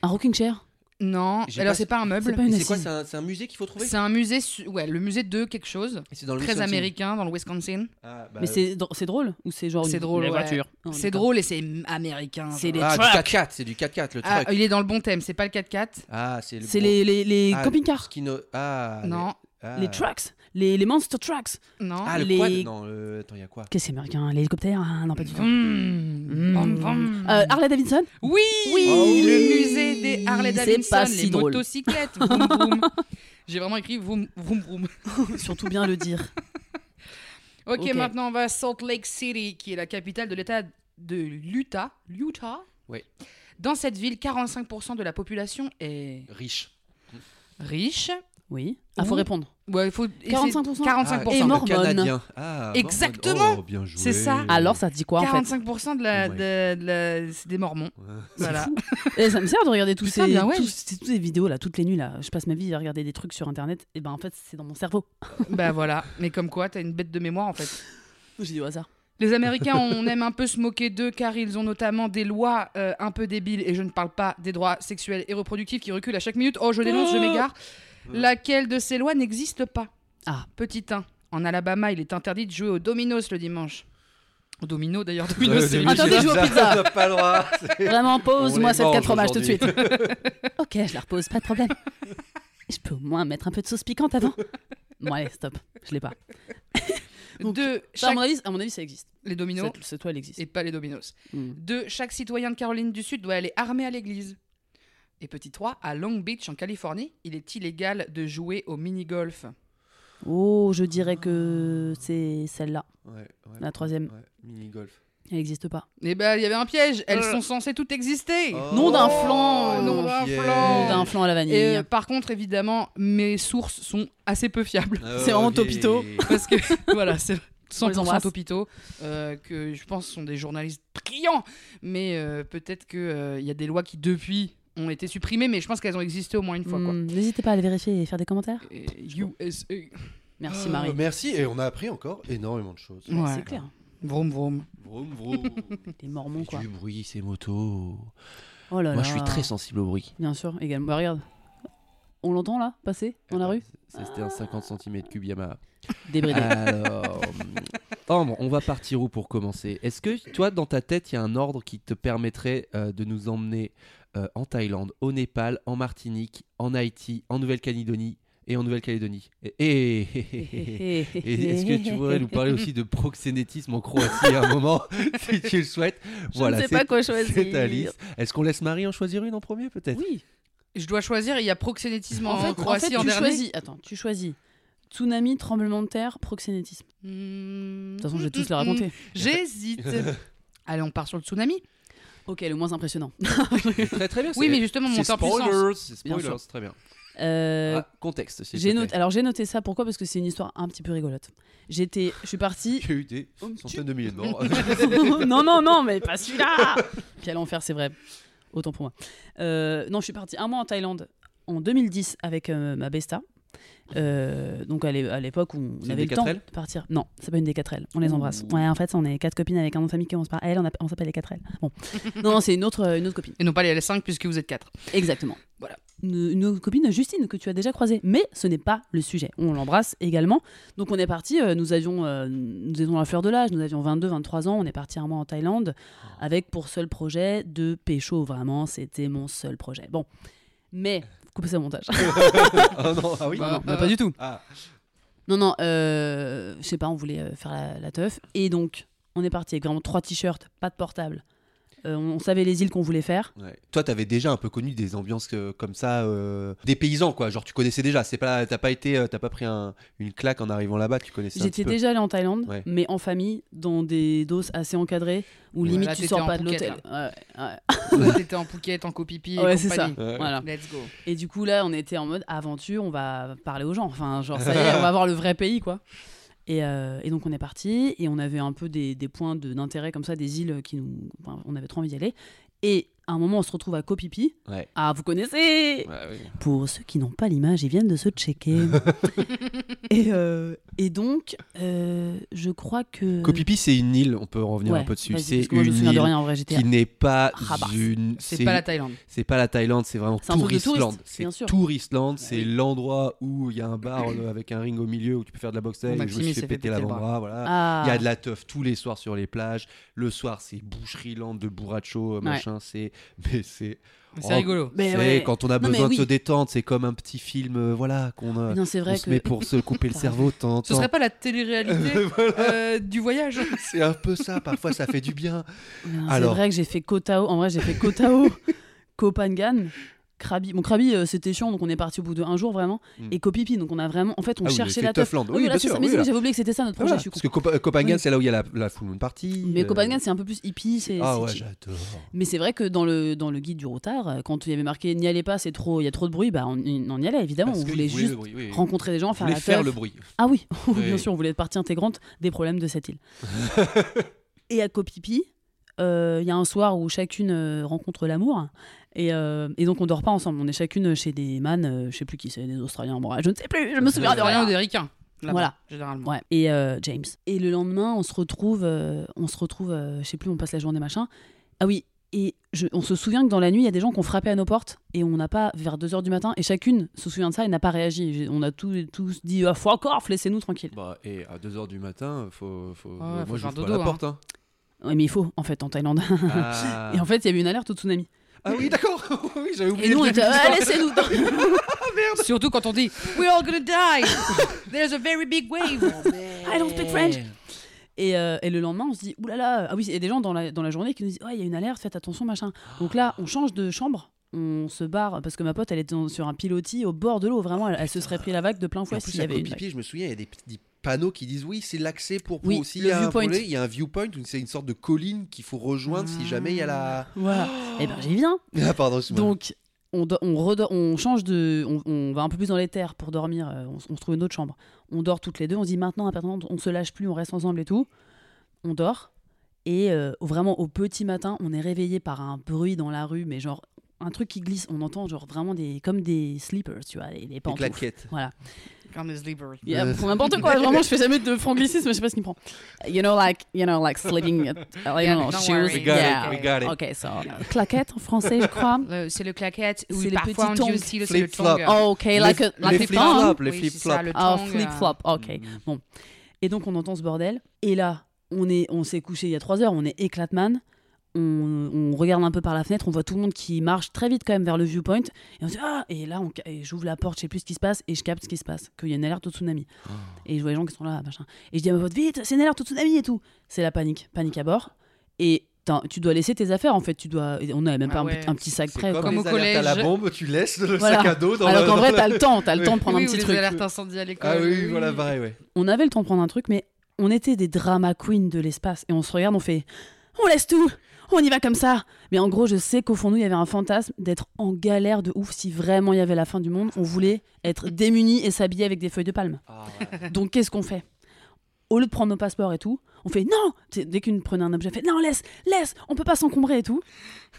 S2: Un rocking chair
S3: Non,
S1: J'ai
S3: alors
S1: pas-
S3: c'est pas un
S2: C'est
S3: meuble.
S2: pas une
S1: C'est quoi
S2: assise.
S1: C'est un, c'est un musée qu'il faut trouver
S3: C'est un musée, su- ouais, le musée de quelque chose,
S1: Et C'est dans le
S3: très
S1: Wisconsin.
S3: américain dans le Wisconsin.
S1: Ah, bah,
S2: Mais c'est dr- c'est drôle Ou c'est genre
S3: C'est
S2: une
S3: drôle,
S2: la
S3: ouais.
S2: voiture Non,
S3: c'est
S2: d'accord.
S3: drôle et c'est américain.
S2: C'est
S3: genre.
S2: les
S1: ah, du
S2: trucks.
S1: 4x4, c'est du 4x4, le
S3: Ah,
S1: truck.
S3: il est dans le bon thème. C'est pas le 4x4.
S1: Ah, c'est le.
S2: C'est
S1: gros-
S2: les, les, les
S1: Ah,
S2: camping-cars
S1: Skino... Ah,
S3: Non,
S1: Les... ah.
S2: Les trucks Les, les monster trucks
S3: non.
S1: Ah, le
S2: les-
S1: quad Non, euh, attends, il y a quoi
S2: Qu'est-ce que c'est américain L'hélicoptère Ah, Non, pas du tout.
S3: Mm.
S2: Mm.
S3: Vroom, vroom.
S2: Euh, Harley Davidson
S3: Oui,
S2: Oui.
S1: Oh
S3: le
S1: oui.
S3: musée des Harley
S2: C'est
S3: Davidson,
S2: pas
S3: les
S2: si drôle.
S3: motocyclettes. Vroom,
S2: *laughs*
S3: vroom. J'ai vraiment écrit vroom vroom vroom.
S2: *laughs* Surtout bien le dire.
S3: ok,
S2: Ok.
S3: maintenant on va à Salt Lake City, qui est la capitale de l'État de l'Utah. L'Utah.
S1: Oui.
S3: Dans cette ville, 45% de la population est
S1: Riche.
S3: riche.
S2: Oui. Ah, faut
S3: Ou-
S2: répondre.
S3: Ouais, il faut essayer-
S2: 45%.
S3: 45%.
S1: Ah,
S2: Et
S1: le
S2: mormone.
S1: Canadien. Ah, mormone.
S3: Exactement.
S1: Oh, bien joué.
S3: C'est ça.
S2: Ah, Alors, ça te dit quoi, en fait
S3: 45% de la,
S1: Ouais.
S3: de- de la- c'est des Mormons.
S2: *laughs*
S3: Voilà.
S2: Et Eh, ça me sert de regarder tous
S3: Putain,
S2: ces,
S3: bien ouais.
S2: tous- ces- toutes ces vidéos là, toutes les nuits là. Je passe ma vie à regarder des trucs sur internet. Eh Et ben en fait, c'est dans mon cerveau.
S3: bah voilà. Mais comme quoi, t'as une bête de mémoire en fait.
S2: J'ai dit au hasard.
S3: Les Américains, on aime un peu se moquer d'eux car ils ont notamment des lois euh, un peu débiles, et je ne parle pas des droits sexuels et reproductifs qui reculent à chaque minute. Oh, je dénonce, je m'égare. Laquelle de ces lois n'existe pas
S2: Ah.
S3: Petit 1. En Alabama, il est interdit de jouer aux dominos le dimanche. Au domino d'ailleurs, domino c'est
S2: domino, Attendez, je joue aux pizzas.
S1: *laughs*
S5: On n'a pas
S2: *laughs*
S5: le droit.
S2: Vraiment,
S5: On
S2: pose-moi
S5: les
S2: cette
S5: mange
S2: quatre fromages tout de suite. *laughs*
S5: aujourd'hui.
S2: ok, je la repose, pas de problème. Je peux au moins mettre un peu de sauce piquante avant. Bon, allez, stop, je l'ai pas. *laughs* Donc,
S3: Deux,
S2: Ça, à,
S3: chaque...
S2: mon avis, à mon avis, ça existe.
S3: les dominos
S2: Cette, cette toile existe.
S3: et pas les dominos.
S2: Mm.
S3: Deux, chaque citoyen de Caroline du Sud doit aller armé à l'église. Et petit 3, à Long Beach en Californie, il est illégal de jouer au mini-golf.
S2: Oh, je dirais que c'est celle-là,
S1: Ouais, ouais,
S2: la troisième.
S1: ouais, mini-golf.
S2: Elle n'existe pas.
S3: Eh ben, il y avait un piège. Elles sont censées toutes exister.
S2: Nom d'un flan.
S3: Oh. Nom d'un
S1: yeah.
S3: flan.
S2: Nom d'un flan à la vanille.
S3: Et euh, par contre, évidemment, mes sources sont assez peu *laughs* fiables.
S1: Ah,
S2: C'est vraiment
S1: ok.
S2: topito.
S3: Parce que, *laughs* voilà, c'est
S2: On les
S3: 100%
S2: embrasse.
S3: hôpitaux, euh, que je pense sont des journalistes brillants. Mais euh, peut-être qu'il y a des lois qui, depuis, ont été supprimées, mais je pense qu'elles ont existé au moins une fois. quoi.
S2: Mm, N'hésitez pas à aller vérifier et faire des commentaires.
S3: Et E. USA.
S2: Merci
S1: Ah,
S2: Marie.
S1: Merci, et on a appris encore énormément de choses.
S3: Ouais.
S2: C'est clair.
S3: Vroom, vroom.
S1: Vroom,
S2: *laughs*
S1: vroom.
S2: Les Mormons quoi.
S1: du bruit, ces motos.
S2: Oh là
S1: Moi,
S2: là.
S1: je suis très sensible au bruit.
S2: Bien sûr, également. Bah, regarde. On l'entend là, passer dans
S1: Ah,
S2: la rue
S1: Ça, c'était
S2: Ah.
S1: un 50 cm3 Yamaha. Ah.
S2: *laughs* Débridé.
S1: Alors, Ambre, on va partir où pour commencer Est-ce que toi, dans ta tête, il y a un ordre qui te permettrait euh, de nous emmener euh, en Thaïlande, au Népal, en Martinique, en Haïti, en Nouvelle-Calédonie et en Nouvelle-Calédonie Eh, Et- et- et- et Est-ce que tu voudrais nous parler aussi de proxénétisme en Croatie à un moment, *laughs* si tu le souhaites
S2: Je
S1: Voilà,
S2: ne sais
S1: c'est-
S2: pas quoi choisir.
S1: C'est ta liste. Est-ce qu'on laisse Marie en choisir une en premier, peut-être
S2: Oui.
S3: Je dois choisir, il y a proxénétisme en,
S2: en fait, en
S3: Croatie
S2: fait,
S3: en
S2: tu
S3: dernier.
S2: choisis. Attends, tu choisis. Tsunami, tremblement de terre, proxénétisme. De
S3: Hmm. De
S2: toute façon, je vais
S3: hmm,
S2: tous les
S3: Mm,
S2: raconter.
S3: J'hésite. Allez, on part sur le tsunami.
S2: Ok, le
S1: *laughs*
S2: moins impressionnant.
S1: Très très bien.
S3: Oui,
S1: c'est-
S3: mais justement,
S1: c'est
S3: monte en puissance.
S1: spoilers, c'est
S2: Bien
S1: spoilers, très bien.
S2: Euh,
S1: Ah, contexte, s'il
S2: j'ai
S1: te *laughs*
S2: noté.
S1: plaît.
S2: Alors j'ai noté ça. Pourquoi Parce que c'est une histoire un petit peu rigolote. J'étais, je suis partie.
S1: Il y a eu des centaines de milliers de
S2: *laughs*
S1: morts.
S2: non, non, non, mais pas *laughs* celui-là Puis à l'enfer, c'est vrai. Autant pour moi. Euh, non, je suis partie un mois en Thaïlande en 2010 avec euh, ma besta. Euh, donc à l'é- à l'époque où on
S1: C'est
S2: avait
S1: une
S2: le temps de
S1: 4L?
S2: partir. Non, c'est pas une des 4L. On les embrasse.
S1: Ouh.
S2: Ouais, en fait, on est quatre copines avec un nom de famille qui commence par L. On, a- on s'appelle les 4L.
S1: *laughs*
S2: Bon, non, non, c'est une autre, euh, une autre copine.
S3: Et non pas les L5 puisque vous êtes 4.
S2: Exactement.
S3: Voilà.
S2: Une, une autre copine, Justine, que tu as déjà croisée. Mais ce n'est pas le sujet. On l'embrasse également. Donc on est parti, euh, nous avions euh, nous étions à la fleur de l'âge, nous avions 22, 23 ans, on est parti un mois en Thaïlande avec pour seul projet de pécho. Vraiment, c'était mon seul projet. Bon, mais coupez ça au montage. *laughs*
S1: Ah non, ah oui.
S2: Non, non, bah, pas du tout.
S1: Ah.
S2: Non, non, euh, je sais pas, on voulait euh, faire la, la teuf. Et donc, on est parti avec vraiment trois t-shirts, pas de portable. Euh, on- on savait les îles qu'on voulait faire.
S1: Ouais. Toi, t'avais déjà un peu connu des ambiances euh, comme ça, euh, des paysans, quoi. Genre, tu connaissais déjà. C'est pas, t'as pas été, euh, t'as pas pris un- une claque en arrivant là-bas. Tu connaissais. un
S2: J'étais
S1: petit peu.
S2: déjà allée en Thaïlande,
S1: Ouais.
S2: mais en famille, dans des doses assez encadrées, où
S1: Ouais.
S2: limite
S3: Là,
S2: tu
S3: t'étais
S2: sors
S3: en
S2: pas de
S3: Phuket,
S2: l'hôtel. Ouais, ouais.
S3: Là, t'étais en Phuket, en copipi et
S2: Ouais, c'est
S3: compagnie.
S1: Ouais.
S2: Voilà.
S3: Let's go.
S2: Et du coup, là, on était en mode aventure, on va parler aux gens. Enfin, genre, ça y
S3: *laughs*
S2: est, on va voir le vrai pays, quoi. Et, euh, et donc, on est parti, et on avait un peu des, des points de- d'intérêt comme ça, des îles qui nous. enfin, on avait trop envie d'y aller. Et à un moment, on se retrouve à Koh Phi Phi.
S1: Ouais.
S2: Ah, vous connaissez
S1: Ouais, oui.
S2: Pour ceux qui n'ont pas l'image, ils viennent de
S1: *laughs*
S2: se checker. et, euh, et donc, euh, je crois que.
S1: Koh Phi Phi, c'est une île. On peut en revenir
S2: Ouais,
S1: un peu dessus.
S2: vas-y,
S1: C'est
S2: parce que moi, je me
S1: une
S2: souviens de
S1: île
S2: rien en vrai. J'étais
S1: qui n'est pas
S2: Rabat.
S1: une.
S3: C'est pas la Thaïlande.
S1: C'est pas la Thaïlande, c'est vraiment
S2: C'est un truc de
S1: Touristland.
S2: touriste,
S1: C'est
S2: bien sûr. Ah
S1: Touristland, c'est
S2: oui.
S1: l'endroit où il y a un bar euh, avec un ring au milieu où tu peux faire de la boxe. Je me
S3: Maxime,
S1: suis
S3: il
S1: fait
S3: s'est fait
S1: péter
S3: péter le
S1: l'avant-bras, voilà.
S2: Ah.
S1: Il y a de la teuf tous les soirs sur les plages. Le soir, c'est boucherie lande de bourracho, euh, machin. C'est. *laughs* Mais c'est.
S3: C'est
S1: Oh,
S3: rigolo.
S2: Mais
S1: c'est
S2: ouais.
S1: quand on a
S2: Non, mais
S1: besoin de
S2: oui.
S1: se détendre, c'est comme un petit film, euh, voilà, qu'on euh,
S2: Non, c'est
S1: on
S2: vrai
S1: se met
S2: que. *laughs*
S1: pour se couper le cerveau de temps en
S3: Ce
S1: temps.
S3: serait pas
S1: *laughs*
S3: la télé-réalité euh, du voyage
S1: C'est un peu ça, parfois ça fait du bien. Ah
S2: Non,
S1: Alors.
S2: C'est vrai que j'ai fait Koh Tao. En vrai, j'ai fait Koh *laughs* Tao, Koh Phangan, Krabi. Bon, Krabi, euh, c'était chiant, donc on est parti au bout d'un jour vraiment.
S1: Mm.
S2: Et Koh Phi Phi, donc on a vraiment. En fait, on
S1: Ah oui,
S2: cherchait
S1: c'est
S2: la teuf.
S1: Toughland.
S2: Non,
S1: Oui,
S2: mais
S1: bien
S2: là, c'est
S1: sûr,
S2: ça. Mais
S1: oui,
S2: c'est-
S1: là. Ah
S2: j'avais oublié que c'était ça notre projet.
S1: Voilà,
S2: je suis
S1: parce
S2: con.
S1: que Copa- Copenhague,
S2: Oui.
S1: c'est là où il y a la, la full moon party.
S2: Mais
S1: euh,
S2: Koh Phangan, c'est un peu plus hippie. C'est,
S1: Ah
S2: c'est
S1: ouais,
S2: chill.
S1: j'adore.
S2: mais c'est vrai que dans le, dans le guide du retard, euh, quand il y avait marqué n'y allez pas, c'est trop, il y a trop de bruit, bah on, on y allait évidemment.
S1: Parce
S2: on
S1: que
S2: voulait
S1: il voulait
S2: juste
S1: le bruit, oui, oui.
S2: rencontrer des gens,
S1: On
S2: faire
S1: voulait
S2: la teuf.
S1: faire le bruit.
S2: Ah oui, *laughs* bien
S1: Oui.
S2: sûr, on voulait être partie intégrante des problèmes de cette île. et à Copipi, euh, il y a un soir où chacune euh, rencontre l'amour. Et, euh, et donc on dort pas ensemble, on est chacune chez des man, euh, je sais plus qui c'est, des Australiens, bon, je ne sais plus, je me souviens de
S3: *laughs* rien
S2: rien.
S3: ou des ricains là-bas,
S2: Voilà.
S3: généralement.
S2: Ouais. Et euh, James. Et le lendemain, on se retrouve, euh, on se retrouve, euh, je sais plus, on passe la journée machin. Ah oui. Et je- on se souvient que dans la nuit, il y a des gens qui ont frappé à nos portes et on n'a pas vers 2h du matin. Et chacune se souvient de ça et n'a pas réagi. J'ai- On a tous, tous dit ah, fuck off, laissez-nous tranquille.
S1: Bah, et à 2h du matin, faut, faut...
S3: Ouais, faut
S1: moi je
S3: faire
S1: pas
S3: dodo,
S1: la
S3: hein.
S1: porte. Hein.
S2: Ouais, mais il faut en fait en Thaïlande.
S1: Ah.
S2: *laughs* Et en fait, il y avait une alerte au tsunami.
S1: Ah oui, d'accord. *laughs* oui, j'avais oublié.
S2: Et nous,
S1: de
S2: on
S1: le
S2: était
S1: dire.
S2: ah, laissez-nous.
S3: Surtout quand on dit Oh, We're all gonna *laughs* die. There's a very big wave.
S1: Eh.
S2: *laughs* I don't speak French. Et, euh, et le lendemain, on se dit, oulala, ah oui, il y a des gens dans la, dans la journée qui nous disent, ouais, il y a une alerte, faites attention, machin. Donc là, on change de chambre, on se barre, parce que ma pote, elle était dans- sur un pilotis au bord de l'eau, vraiment, elle, elle se serait pris la vague de plein
S1: En
S2: fouet
S1: plus,
S2: s'il y
S1: à
S2: avait une vague.
S1: Copipier, je me souviens, il y a des petits panneaux qui disent oui, c'est l'accès pour
S2: Oui,
S1: S'il
S2: le
S1: y a un
S2: viewpoint.
S1: problème, il y a un viewpoint, où c'est une sorte de colline qu'il faut rejoindre si jamais il y a la.
S2: Voilà.
S1: Oh.
S2: et ben, j'y viens.
S1: *laughs* Ah, pardon, excuse-moi.
S2: Donc, on, do- on, redo- on change de. On, on va un peu plus dans les terres pour dormir. euh, on, s- on se trouve une autre chambre. On dort toutes les deux. On se dit maintenant, à partir de maintenant, on se lâche plus, on reste ensemble et tout. On dort. Et euh, vraiment, au petit matin, on est réveillé par un bruit dans la rue, mais genre un truc qui glisse. On entend genre vraiment des. comme des slippers, tu vois, les, les
S1: Des
S2: pantoufles.
S1: claquettes. Euh.
S2: Voilà.
S3: Comme des sleepers.
S2: Il y a- pour
S1: *laughs*
S2: n'importe quoi, vraiment, je fais jamais de franglicisme, je sais pas ce qu'il me prend. You know, like, you know,
S1: *laughs*
S2: like sleeping, at, I
S3: Yeah,
S2: don't know,
S3: don't
S2: shoes.
S3: worry. We
S1: got it,
S2: yeah.
S1: we got it.
S2: Okay, so, claquette en français, je crois.
S3: Le- C'est le claquette.
S2: C'est
S3: Oui,
S2: le
S3: parfois on
S2: petit
S3: dit
S2: tongue.
S3: aussi le c'est le
S1: Flip-flop.
S3: tongue. Ah,
S2: Oh, ok, like a,
S3: La
S2: like a
S3: flip
S2: thong.
S1: flop, les
S3: Oui,
S1: flip
S3: c'est ça,
S1: flop.
S3: le
S2: Ah,
S3: tongue, euh,
S2: flip-flop, ok.
S1: Mhm.
S2: Bon. Et donc, on entend ce bordel. Et là, on est, on s'est couché il y a trois heures, on est éclatman. On, on regarde un peu par la fenêtre, on voit tout le monde qui marche très vite quand même vers le viewpoint. Et on se dit, ah Et là, on ca- et j'ouvre la porte, je sais plus ce qui se passe, et je capte ce qui se passe, qu'il y a une alerte au tsunami. Et je vois les gens qui sont là, machin. Et je dis à ma pote, vite, c'est une alerte au tsunami et tout. C'est la panique, panique à bord. Et t'as- tu dois laisser tes affaires, en fait. Tu dois, on n'avait même
S3: Ah
S2: pas un
S3: ouais.
S2: petit- un, petit sac
S1: C'est
S2: prêt.
S1: comme,
S2: quoi.
S3: Comme
S1: les
S3: au
S1: alertes à la
S3: collège.
S1: bombe, tu laisses le
S2: Voilà.
S1: sac à dos dans
S2: Alors
S1: le-
S2: qu'en vrai,
S1: dans
S2: t'as
S1: la-
S2: le temps, t'as le temps de prendre
S3: oui,
S2: un
S3: ou
S2: petit
S3: les
S2: truc.
S3: alertes incendies à l'école.
S1: Ah oui, voilà, pareil, ouais.
S2: on avait le temps de prendre un truc, mais on était des drama queens de l'espace. Et on se regarde, on fait On laisse tout On y va comme ça Mais en gros, je sais qu'au fond, de nous, il y avait un fantasme d'être en galère de ouf si vraiment il y avait la fin du monde. On voulait être démunis et s'habiller avec des feuilles
S1: *laughs*
S2: de palme.
S1: Ah, ouais.
S2: Donc qu'est-ce qu'on fait Au lieu de prendre nos passeports et tout, on fait non C'est- Dès qu'une prenait un objet, on fait non, laisse, laisse, on peut pas s'encombrer et tout.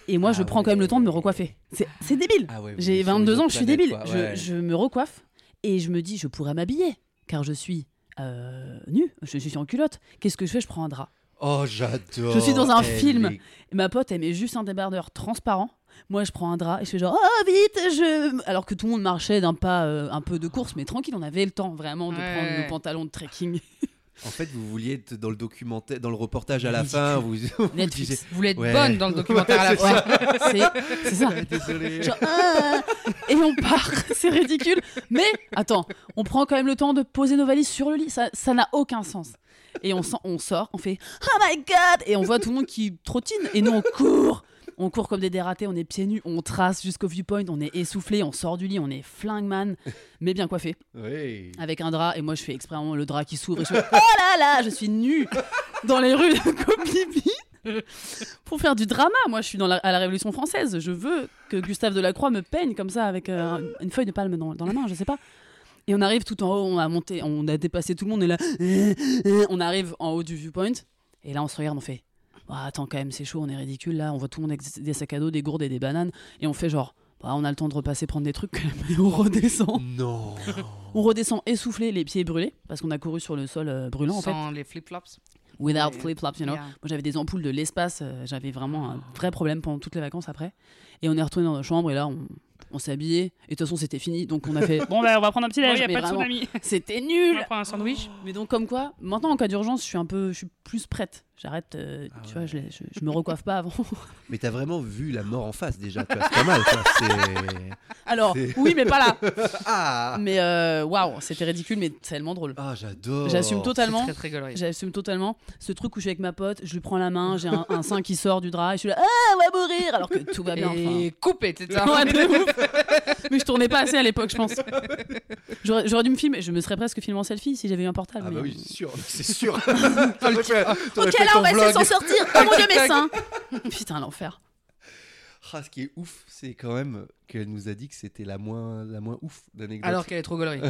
S2: Et moi,
S1: Ah
S2: je prends quand même le temps de me recoiffer. C'est- C'est débile
S1: Ah ouais, vous
S2: J'ai
S1: êtes sur une
S2: 22 ans,
S1: autre
S2: je suis
S1: planète,
S2: débile.
S1: quoi,
S2: Je-
S1: ouais.
S2: Je, me recoiffe et je me dis, je pourrais m'habiller car je suis euh, nue, je suis en culotte. Qu'est-ce que je fais Je prends un drap.
S1: Oh, j'adore.
S2: Je suis dans un
S1: Eh,
S2: film.
S1: mais-
S2: Et ma pote, elle met juste un débardeur transparent. Moi, je prends un drap et je fais genre, oh vite je... Alors que tout le monde marchait d'un pas euh, un peu de course, mais tranquille, on avait le temps vraiment de
S3: Ouais.
S2: prendre nos pantalons de trekking.
S1: Ah, En fait, vous vouliez être dans le documentaire, dans le reportage à la fin. Vous, *laughs* vous disiez-
S2: Netflix.
S3: Vous voulez être
S1: Ouais.
S3: bonne dans le documentaire
S1: Ah,
S3: à la
S2: *laughs* Ouais,
S3: fin.
S2: c'est- c'est ça.
S1: Désolé. *laughs*
S2: *laughs* Genre, Ah et on part, *laughs* c'est ridicule. Mais attends, on prend quand même le temps de poser nos valises sur le lit, ça ça n'a aucun sens. Et on, s'en- on sort, on fait Oh my god Et on voit tout le monde qui trottine, et nous on court on court comme des dératés, on est pieds nus, on trace jusqu'au viewpoint, on est essoufflé, on sort du lit, on est flingman, mais bien coiffé,
S1: Oui.
S2: avec un drap. Et moi, je fais exprès vraiment le drap qui s'ouvre. et Je fais, *laughs* oh là là, je suis nue *laughs* dans les rues de Copipi *laughs* pour faire du drama. Moi, je suis dans la- à la Révolution française. Je veux que Gustave Delacroix me peigne comme ça avec euh, une feuille de palme dans, dans la main, je sais pas. Et on arrive tout en haut, on a monté, on a dépassé tout le monde, et là, *laughs* euh, euh, on arrive en haut du viewpoint, et là on se regarde, on fait Ah, Attends, quand même, c'est chaud, on est ridicule là, on voit tout le monde avec des sacs à dos, des gourdes et des bananes, et on fait genre Bah, On a le temps de repasser prendre des trucs, *laughs* quand même, et on redescend.
S1: Non.
S2: On redescend essoufflé, les pieds brûlés, parce qu'on a couru sur le sol euh, brûlant en fait.
S3: Sans les flip-flops.
S2: Without
S3: Ouais.
S2: flip-flops, you know.
S3: Yeah.
S2: Moi j'avais des ampoules de l'espace, euh, j'avais vraiment un vrai problème pendant toutes les vacances après. Et on est retourné dans nos chambres et là on, on s'est habillé. Et de toute façon c'était fini, donc on a fait *laughs* bon bah on va prendre un petit déj.
S5: Il n'y a
S2: mais
S5: pas de
S2: vraiment, *laughs*
S5: tsunami.
S2: C'était
S5: On va
S2: nul.
S5: prendre un sandwich.
S2: Mais donc comme quoi, maintenant en cas d'urgence, je suis un peu, je suis plus prête. J'arrête, euh,
S1: Ah
S2: tu
S1: ouais.
S2: vois, je, l'ai- je, je me recoiffe pas avant. *laughs*
S1: Mais t'as vraiment vu la mort en face déjà. tu vois, C'est pas mal. quoi, c'est-
S2: Alors
S1: C'est-
S2: oui, mais pas là.
S1: *laughs* Ah.
S2: Mais euh, waouh, c'était ridicule, mais tellement drôle.
S1: Ah, j'adore.
S2: J'assume totalement.
S3: Très très gaulerie.
S2: J'assume totalement ce truc où je suis avec ma pote, je lui prends la main, j'ai
S1: *laughs*
S2: un, un sein qui sort du drap, et je suis là, ah, on va mourir Alors que tout va bien. enfin.
S3: Et
S2: *laughs*
S3: coupé,
S1: *laughs*
S3: t'étais un-
S2: Ouais, de ouf. Mais je tournais pas assez à l'époque, je pense. J'aurais j'aurais dû me filmer, je me serais presque filmé en selfie si j'avais eu un portable.
S1: Ah bah
S2: mais-
S1: oui, c'est *laughs* sûr, c'est sûr. *laughs* T'aurais fait- t'aurais
S2: Ok,
S1: fait
S2: là,
S1: ton
S2: on va essayer de
S1: vlog.
S2: s'en sortir.
S1: *laughs*
S2: Oh mon dieu, mes seins Putain, l'enfer.
S1: Ah, ce qui est ouf, c'est quand même qu'elle nous a dit que c'était la moins, la moins ouf d'anecdote.
S3: Alors qu'elle est
S1: *laughs*
S3: trop gaulerie.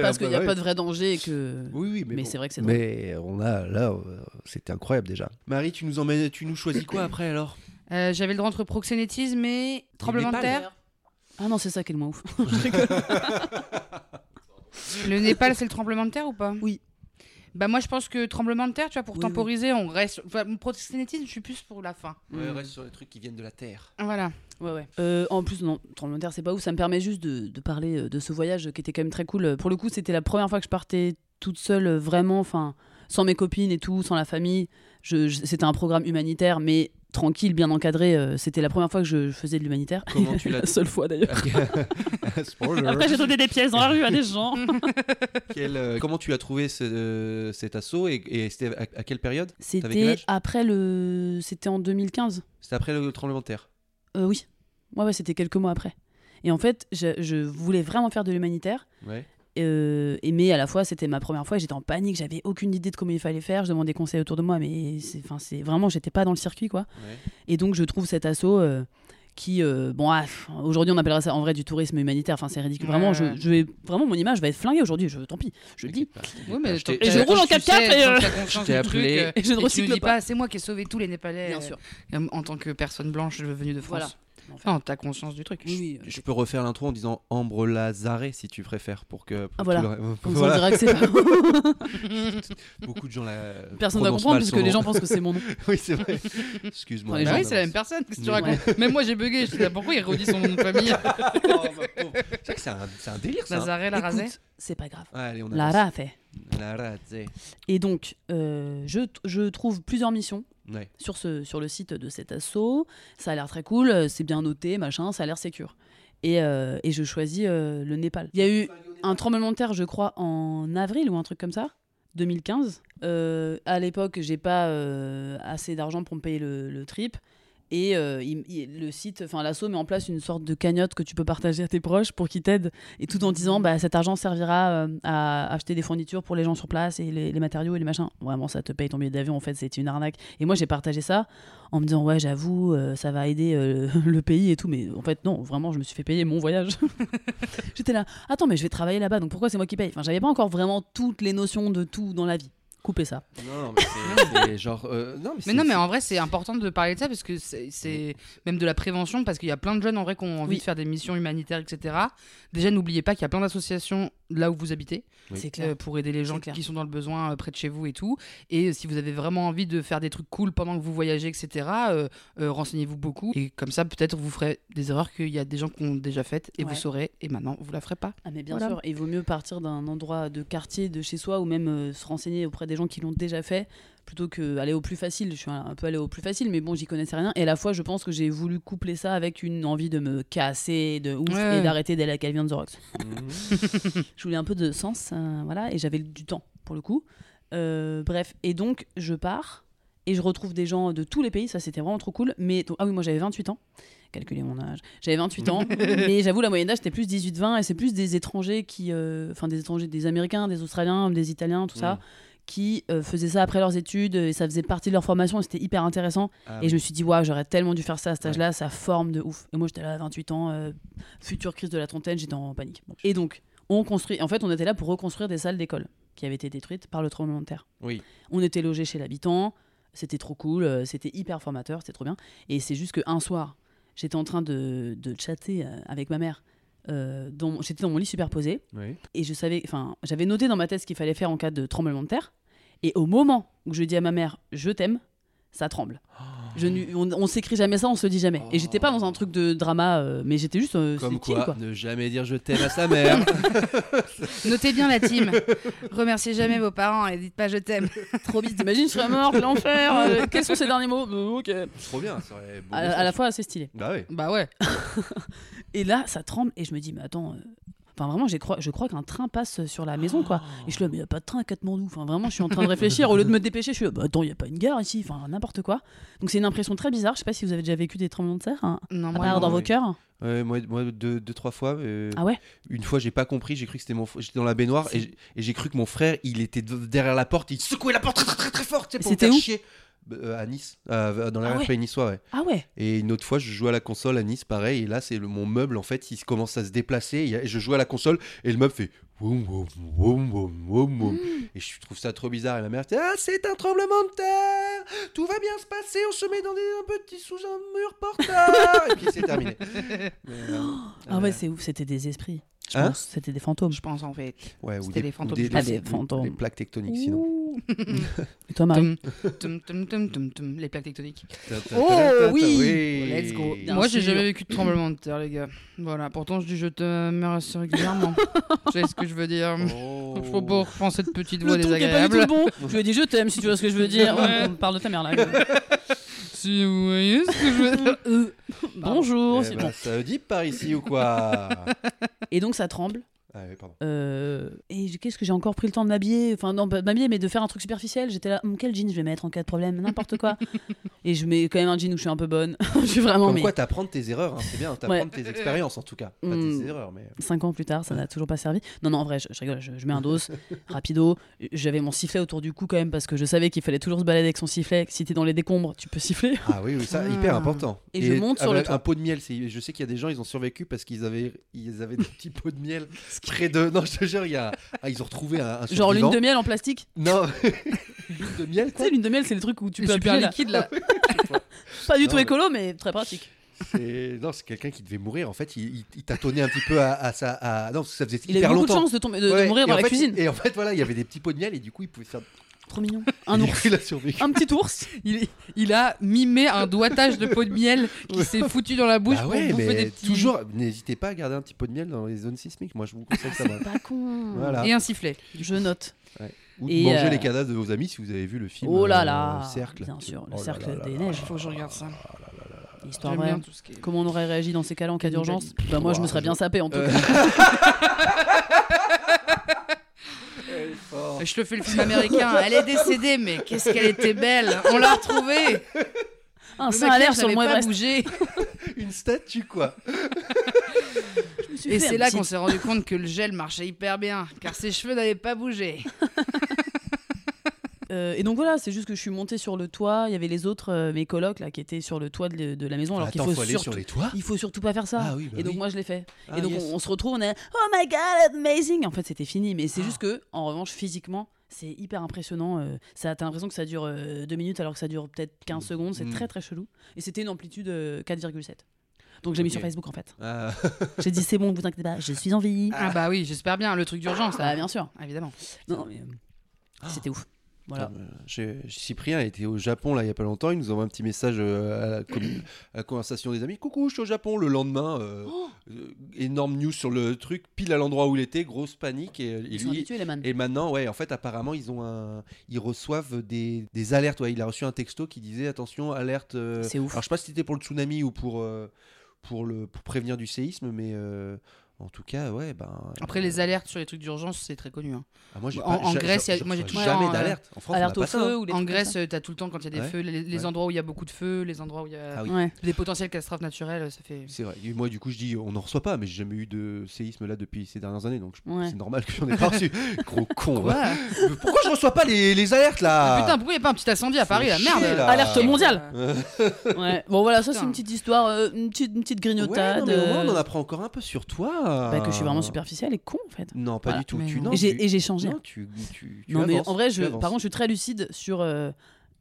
S2: *laughs* Parce qu'il n'y a pas de vrai danger et que.
S1: bah Oui, oui, mais,
S2: mais
S1: bon.
S2: c'est vrai que c'est drôle.
S1: Mais on a là, euh, c'était incroyable déjà. Marie, tu nous emmènes, tu nous choisis quoi après alors
S3: Euh, J'avais le droit entre proxénétisme et tremblement de
S1: Népal.
S3: terre.
S2: Ah non, c'est ça qui est le moins ouf.
S3: Le Népal, c'est le tremblement de terre ou pas
S2: Oui.
S3: Bah moi je pense que tremblement de terre, tu vois, pour
S2: Oui, oui.
S3: temporiser, on reste. Enfin, mon proxénétisme, je suis plus pour la fin.
S1: Ouais, reste sur les trucs qui viennent de la Terre.
S3: Voilà.
S2: Ouais, ouais. Euh, en plus, non, tremblement de terre, c'est pas ouf. Ça me permet juste de, de parler euh, de ce voyage euh, qui était quand même très cool. Euh, Pour le coup, c'était la première fois que je partais toute seule, euh, vraiment, enfin, sans mes copines et tout, sans la famille. Je, je- c'était un programme humanitaire, mais tranquille, bien encadré. Euh, c'était la première fois que je, je faisais de l'humanitaire.
S1: Comment tu l'as-
S2: *laughs*
S1: Euh,
S2: La seule fois d'ailleurs.
S1: *laughs* Spoiler.
S2: *laughs* Après, j'ai donné des pièces dans la rue à des *laughs* gens.
S1: Quel, euh, comment tu as trouvé ce- euh, cet assaut et, et c'était à, à quelle période T'avais quel
S2: C'était
S1: âge
S2: après le. C'était en 2015.
S1: C'était après le tremblement de terre.
S2: Euh, oui. Ouais, ouais, c'était quelques mois après. Et en fait, je- je voulais vraiment faire de l'humanitaire.
S1: Ouais.
S2: Euh, et mais à la fois, c'était ma première fois et j'étais en panique, j'avais aucune idée de comment il fallait faire. Je demandais conseil autour de moi, mais c'est, enfin, c'est vraiment, j'étais pas dans le circuit quoi.
S1: Ouais.
S2: Et donc, je trouve cet assaut euh, qui, euh, bon, ah, pff, aujourd'hui, on appellerait ça en vrai du tourisme humanitaire. Enfin, c'est ridicule.
S3: Ouais,
S2: Vraiment,
S3: ouais.
S2: je, je vais, vraiment, mon image va être flinguée aujourd'hui. Je, tant pis, je le dis.
S1: T'inquiète pas, t'inquiète
S3: Oui,
S1: pas,
S3: mais
S1: Bah, je t'ai-
S3: tant-
S2: Et je
S3: tant
S2: roule en
S3: que
S2: 4x4
S3: tu sais,
S2: et,
S3: tant que
S2: euh,
S3: t'as
S1: je t'ai
S3: conscience du truc,
S1: appelé.
S3: euh,
S2: Et je ne
S3: tu
S2: recycle
S3: nous dis
S2: pas.
S3: pas. C'est moi qui ai sauvé tous les Népalais. euh, euh, En tant que personne blanche venue de
S2: Voilà.
S3: France. Non, t'as conscience du truc.
S2: Oui, oui.
S1: Je peux refaire l'intro en disant Ambre Lazare si tu préfères pour que. pour
S2: Ah, voilà.
S1: tout le-
S2: Comme ça, on
S1: Voilà.
S2: dira que c'est
S1: *laughs*
S2: pas. *laughs*
S1: Beaucoup de gens la.
S2: Personne va
S1: prononcent
S2: comprendre
S1: mal son
S2: puisque les
S1: nom.
S2: gens pensent que c'est mon nom.
S1: *laughs* oui, c'est
S2: *laughs*
S1: vrai. Excuse-moi.
S2: Enfin, les
S3: Bah
S2: gens
S3: oui, c'est la même personne. Qu'est-ce que tu
S1: Ouais.
S3: racontes Même moi, j'ai bugué. Je suis là, pourquoi il redit son nom de famille
S2: *laughs*
S1: Oh, ma pauvre. C'est vrai que c'est un, *laughs* c'est un délire ça. hein.
S3: Nazaré Larrazet.
S2: Écoute, c'est pas grave.
S1: Ouais, allez, on
S2: La
S1: avance.
S2: Lara a fait.
S1: Lara, tu sais.
S2: Et donc, euh, je, t- je trouve plusieurs missions
S1: Ouais.
S2: sur, ce, sur le site de cet assaut. Ça a l'air très cool, euh, c'est bien noté, machin, ça a l'air sécure. Et, euh, et je choisis euh, le Népal. Il y a eu un tremblement de terre, je crois, en avril ou un truc comme ça, 2015. Euh, à l'époque, j'ai pas euh, assez d'argent pour me payer le, le trip. Et euh, il- il- le site, enfin l'assaut met en place une sorte de cagnotte que tu peux partager à tes proches pour qu'ils t'aident, et tout en disant bah cet argent servira euh, à acheter des fournitures pour les gens sur place et les, les matériaux et les machins. Vraiment, ça te paye ton billet d'avion en fait, c'est une arnaque. Et moi j'ai partagé ça en me disant ouais j'avoue euh, ça va aider euh, *laughs* le pays et tout, mais en fait non, vraiment je me suis fait payer mon voyage. *laughs* J'étais là attends mais je vais travailler là-bas donc pourquoi c'est moi qui paye Enfin j'avais pas encore vraiment toutes les notions de tout dans la vie. Coupez ça.
S1: Non, mais
S2: *laughs*
S1: c'est- c'est genre. euh, non, mais,
S3: Mais
S1: c'est-
S3: non, mais en vrai, c'est important de parler de ça parce que c'est- c'est même de la prévention parce qu'il y a plein de jeunes en vrai qui ont envie
S2: Oui.
S3: de faire des missions humanitaires, etc. Déjà, n'oubliez pas qu'il y a plein d'associations là où vous habitez
S1: Oui.
S2: C'est
S3: euh,
S2: clair.
S3: pour aider les gens
S2: clair.
S3: qui sont dans le besoin euh, près de chez vous et tout. Et euh, si vous avez vraiment envie de faire des trucs cool pendant que vous voyagez, etc., euh, euh, renseignez-vous beaucoup. Et comme ça, peut-être vous ferez des erreurs qu'il y a des gens qui ont déjà faites et
S2: Ouais.
S3: vous saurez. Et maintenant, vous la ferez pas.
S2: Ah mais bien
S3: Voilà.
S2: sûr, et il vaut mieux partir d'un endroit de quartier de chez soi ou même euh, se renseigner auprès des gens qui l'ont déjà fait plutôt que aller au plus facile. Je suis un, un peu allée au plus facile, mais bon, j'y connaissais rien. Et à la fois, je pense que j'ai voulu coupler ça avec une envie de me casser de ouf
S3: Ouais.
S2: et d'arrêter d'aller à Calvin The Rocks.
S1: Mhm.
S2: Je voulais un peu de sens, euh, voilà, et j'avais du temps pour le coup. Euh, bref, et donc je pars et je retrouve des gens de tous les pays, ça c'était vraiment trop cool. Mais donc- ah oui, moi j'avais 28 ans, calculez mon âge, j'avais 28 ans, mais j'avoue la moyenne d'âge c'était plus 18-20 et c'est plus des étrangers qui, euh, enfin des étrangers, des Américains, des Australiens, des Italiens, tout ça.
S1: Mm.
S2: qui euh, faisaient ça après leurs études et ça faisait partie de leur formation et c'était hyper intéressant
S1: Ah,
S2: et je me suis dit, waouh, j'aurais tellement dû faire ça à cet âge-là, ça forme de ouf. Et moi, j'étais là à 28 ans, euh, future crise de la trentaine, j'étais en panique. Bon. Et donc, on construit. En fait, on était là pour reconstruire des salles d'école qui avaient été détruites par le tremblement de terre.
S1: Oui.
S2: On était logés chez l'habitant, c'était trop cool, euh, c'était hyper formateur, c'était trop bien. Et c'est juste qu'un soir, j'étais en train de, de chatter euh, avec ma mère. euh, dans mon- j'étais dans mon lit superposé
S1: Oui.
S2: et je savais, enfin, j'avais noté dans ma tête ce qu'il fallait faire en cas de tremblement de terre. Et au moment où je dis à ma mère, je t'aime, ça tremble. Je n'eus- on, on s'écrit jamais ça, on se le dit jamais. Et j'étais pas dans un truc de drama, euh, mais j'étais juste, euh,
S1: Comme
S2: c'est chill,
S1: quoi,
S2: quoi.
S1: ne jamais dire je t'aime à sa
S2: *laughs*
S1: mère.
S3: Notez bien la *laughs* team. Remerciez jamais vos parents et dites pas je t'aime.
S2: Trop vite, t'imagines, je serais mort, l'enfer.
S1: *laughs*
S2: euh, quels sont ces derniers mots Euh, Ok.
S1: Trop bien, ça aurait beau
S2: À,
S1: message.
S2: à la fois assez stylé.
S1: Bah oui.
S3: Bah ouais.
S2: Et là, ça tremble et je me dis, mais attends. euh, Enfin, vraiment, j'ai cro- je crois qu'un train passe sur la maison, quoi. Et je suis là, mais y a pas de train à Katmandou. Enfin, vraiment, je suis en train de réfléchir. Au lieu de me dépêcher, je suis là, bah attends, y a pas une gare ici. Enfin, n'importe quoi. Donc, c'est une impression très bizarre. Je sais pas si vous avez déjà vécu des tremblements de terre, hein,
S3: Non,
S2: à
S3: moi,
S2: part
S3: non.
S2: dans
S1: oui.
S2: vos cœurs.
S1: Ouais, moi, moi deux, deux, trois fois. euh,
S2: Ah ouais
S1: Une fois, j'ai pas compris, j'ai cru que c'était mon. fr- J'étais dans la baignoire et j'ai- et j'ai cru que mon frère, il était de- derrière la porte, il secouait la porte très très très, très fort, tu sais, pour me
S2: C'était
S1: faire
S2: où
S1: chier. Bah, euh, à Nice, euh, dans
S2: Ah
S1: l'arrière-pays niçois, ouais.
S2: Ah ouais
S1: Et une autre fois, je jouais à la console à Nice, pareil, et là, c'est le- mon meuble, en fait, il commence à se déplacer, et je jouais à la console, et le meuble fait... woum, woum, woum, woum, woum, woum.
S3: Mm.
S1: Et je trouve ça trop bizarre, et ma mère, dit, ah, c'est un tremblement de terre, tout va bien se passer, on se met dans des, un petit sous un
S3: *laughs*
S1: mur porteur, et puis c'est terminé. Mais, euh,
S2: Ah
S3: Oh,
S1: euh,
S2: ouais, c'est ouf, c'était des esprits. Je
S1: Hein
S2: pense que c'était des fantômes.
S3: Je pense en fait.
S1: Ouais, ou
S3: C'était
S1: des,
S3: les fantômes
S1: ou des,
S3: qui passaient.
S1: des-
S2: Ah, des fantômes.
S1: des plaques tectoniques, sinon.
S3: Ouh.
S2: Et toi, Marie
S3: Tum, tum, tum, tum, tum, tum, les plaques tectoniques.
S1: Ta-ta-ta-ta-ta,
S3: Oh, Let's go.
S1: Bien
S3: Moi, j'ai
S2: sûr.
S3: jamais vécu de tremblement de terre, les gars. Voilà, pourtant, je dis je te meurs assez *laughs* régulièrement. tu sais ce que je veux dire
S1: Oh.
S3: Je peux pas repenser de petites voix
S2: Le ton qui est pas du
S3: désagréables.
S2: tout bon. Je lui ai dit je t'aime si tu vois ce que je veux dire.
S3: Ouais.
S2: On parle de ta mère *laughs* là.
S3: Si vous voyez ce que je veux *laughs* dire.
S2: Euh, Bonjour.
S1: Eh
S2: c'est-
S1: ben,
S2: bon.
S1: Ça dit par ici ou quoi
S3: *laughs*
S2: Et donc ça tremble.
S1: Ah oui, pardon.
S2: Euh, et j'ai- qu'est-ce que j'ai encore pris le temps de m'habiller Enfin, non, pas de m'habiller, mais de faire un truc superficiel. J'étais là, Hum, quel jean je vais mettre en cas de problème
S1: *laughs*
S2: N'importe quoi. et je mets quand même un jean où je suis un peu bonne. *laughs* je suis vraiment.
S1: Comme
S2: mais
S1: quoi, t'apprends de tes erreurs, hein, c'est bien, t'apprends de tes expériences en tout cas. Pas
S2: Hmm.
S1: tes erreurs, mais.
S2: Cinq ans plus tard, ça n'a toujours pas servi. Non, non, en vrai, je, je rigole, je, je
S1: *laughs*
S2: mets un dos, rapido. J'avais mon sifflet autour du cou quand même, parce que je savais qu'il fallait toujours se balader avec son sifflet. Si t'es dans les décombres, tu peux siffler.
S1: Ah oui, oui, ça,
S3: Ah.
S1: hyper important.
S2: Et je monte sur
S1: avec
S2: le toit.
S1: Un pot de miel, c'est- je sais qu'il y a des gens, ils ont survécu parce qu'ils avaient, ils avaient des petits pots de
S2: *laughs*
S1: miel près de. Non, je te jure, il y a... ah, ils ont retrouvé un. un
S2: Genre lune
S1: survivant.
S2: de miel en plastique.
S1: Non, *laughs* lune de miel,
S2: Tu
S1: quoi.
S2: sais, lune de miel, c'est le truc où tu
S3: Les
S2: peux
S3: super
S2: appuyer là.
S3: liquide là. Ah
S2: Pas du
S1: Non,
S2: tout
S1: mais-
S2: écolo, mais très pratique.
S1: C'est- Non, c'est quelqu'un qui devait mourir. En fait, il, il- il tâtonnait un petit peu à, à sa. à- Non, parce que ça faisait
S2: Il a eu
S1: hyper
S2: beaucoup de
S1: longtemps.
S2: chance de, tomber, de, de
S1: Ouais,
S2: mourir
S1: et
S2: dans
S1: en
S2: la
S1: fait,
S2: cuisine.
S1: Et en fait, voilà, il y avait des petits pots de miel et du coup, il pouvait faire.
S2: Trop mignon. Un
S1: Et
S2: ours.
S1: du coup, *laughs* il a survécu.
S2: Un petit ours.
S3: Il, il a mimé un doigtage de peau de miel qui s'est foutu dans la bouche
S1: Bah
S3: pour
S1: ouais,
S3: bouffer
S1: mais
S3: des petits.
S1: toujours, n'hésitez pas à garder un petit pot de miel dans les zones sismiques. Moi, je vous conseille
S2: *laughs*
S1: ça. voilà.
S2: Pas con.
S1: Voilà.
S3: Et un sifflet.
S2: Je note.
S1: Ou de
S2: Et,
S1: manger
S2: euh,
S1: les cadavres de vos amis si vous avez vu le film.
S2: oh là
S1: euh,
S2: là.
S1: cercle.
S2: Bien sûr, le
S1: Oh là
S2: cercle
S1: là là
S2: des
S1: là
S2: neiges.
S3: Il faut que je regarde ça.
S2: Histoire
S3: J'aime
S2: vraie. hein.
S3: bien tout ce qui est.
S2: Comment on aurait réagi dans ces cas-là en cas d'urgence Bah moi je me serais bien sapé en tout
S1: Euh.
S2: cas.
S3: Je te fais le film américain. Elle est décédée, mais qu'est-ce qu'elle était belle. On l'a retrouvée.
S2: Un
S3: Le
S2: sein à l'air
S3: maquillage
S2: sur le
S3: n'avait
S2: mois
S3: pas
S2: Everest.
S3: bougé.
S1: Une statue, quoi.
S3: Et c'est là qu'on s'est rendu compte que le gel marchait hyper bien, car ses cheveux n'avaient pas bougé.
S2: Euh, et donc voilà, c'est juste que je suis montée sur le toit. Il y avait les autres, euh, mes colocs là, qui étaient sur le toit de, de la maison. *laughs* Alors qu'il
S1: Attends,
S2: faut,
S1: faut aller
S2: surtout,
S1: sur les toits.
S2: il faut surtout pas faire ça.
S1: Ah oui, bah
S2: et donc
S1: oui.
S2: moi je l'ai fait.
S1: Ah,
S2: et donc
S1: yes.
S2: on, on se retrouve, on est oh my god, amazing. En fait c'était fini, mais
S1: Ah.
S2: c'est juste que en revanche physiquement c'est hyper impressionnant. euh, ça t'as l'impression que ça dure euh, deux minutes alors que ça dure peut-être 15 secondes. C'est
S1: Mm.
S2: très très chelou. Et c'était une amplitude euh, 4,7. Donc j'ai mis
S1: Ok.
S2: sur Facebook en fait.
S1: Ah,
S2: J'ai dit c'est bon, vous inquiétez pas, je suis en vie.
S3: Ah bah oui, j'espère bien, le truc d'urgence
S2: Bah,
S3: là.
S2: bien sûr.
S3: Ah, Évidemment.
S2: Non, mais, euh, c'était ouf. Voilà.
S1: Putain, euh, j'ai- Cyprien était au Japon là il y a pas longtemps. Il nous envoie un petit message euh, à, la commu- à la conversation des amis. Coucou, je suis au Japon. Le lendemain, euh,
S2: Oh.
S1: euh, énorme news sur le truc, pile à l'endroit où il était, grosse panique. Et, et
S2: Ils sont
S1: lui-
S2: habitués, les
S3: Mm.
S2: man.
S1: et maintenant, ouais, en fait, apparemment, ils ont un, ils reçoivent des, des alertes. Ouais, il a reçu un texto qui disait attention, alerte. euh,
S2: C'est ouf.
S1: Alors, je sais pas si c'était pour le tsunami ou pour, euh, pour, le, pour prévenir du séisme, mais euh, en tout cas, ouais, ben.
S3: Après
S1: euh,
S3: les alertes sur les trucs d'urgence, c'est très connu. hein.
S1: ah, moi, j'ai
S3: en-
S1: pas-
S3: en
S1: j'a-
S3: Grèce,
S1: j'a-
S3: il y a- moi, j'ai
S1: j'aurais
S3: toujours,
S1: jamais
S3: euh,
S1: d'alerte. En France,
S2: Alerte
S1: on
S2: au
S1: n'a pas ça.
S2: feu
S1: hein.
S2: ou les trucs
S3: En
S2: comme
S3: Grèce,
S2: ça.
S3: euh, t'as tout le temps quand il y a des
S1: Ouais,
S3: feux, les, les
S1: ouais.
S3: endroits où il y a beaucoup de feux, les endroits où il y a
S1: Ah oui.
S2: Ouais.
S3: des potentielles catastrophes naturelles, ça fait.
S1: C'est vrai. Et moi, du coup, je dis, on n'en reçoit pas, mais j'ai jamais eu de séisme là depuis ces dernières années, donc je-
S2: Ouais.
S1: c'est normal que j'en ai pas
S3: *laughs*
S1: reçu. Gros con.
S3: Quoi Ah,
S1: va. Pourquoi je reçois pas les, les alertes là
S3: Putain, pourquoi il n'y a pas un petit incendie à
S1: Ah. Faut
S3: Paris là
S1: chier,
S3: Merde
S1: là.
S2: Alerte mondiale.
S1: *laughs*
S3: Euh,
S2: Ouais. Bon voilà, ça c'est
S3: Putain.
S2: une petite histoire, euh, une petite, une petite
S1: Ouais, non,
S2: grignotade.
S1: mais au moins, on en
S2: euh,
S1: apprend encore un peu sur toi.
S2: bah, que je suis vraiment superficielle et con en fait.
S1: Non, pas
S2: Voilà.
S1: du tout.
S3: Mais
S1: Tu,
S3: non.
S1: non,
S2: Et j'ai
S1: tu-
S2: et j'ai changé.
S1: Non, tu, tu, tu
S2: non mais
S1: avances,
S2: en vrai,
S1: tu
S2: je,
S1: avances.
S2: par contre, je suis très lucide sur. euh,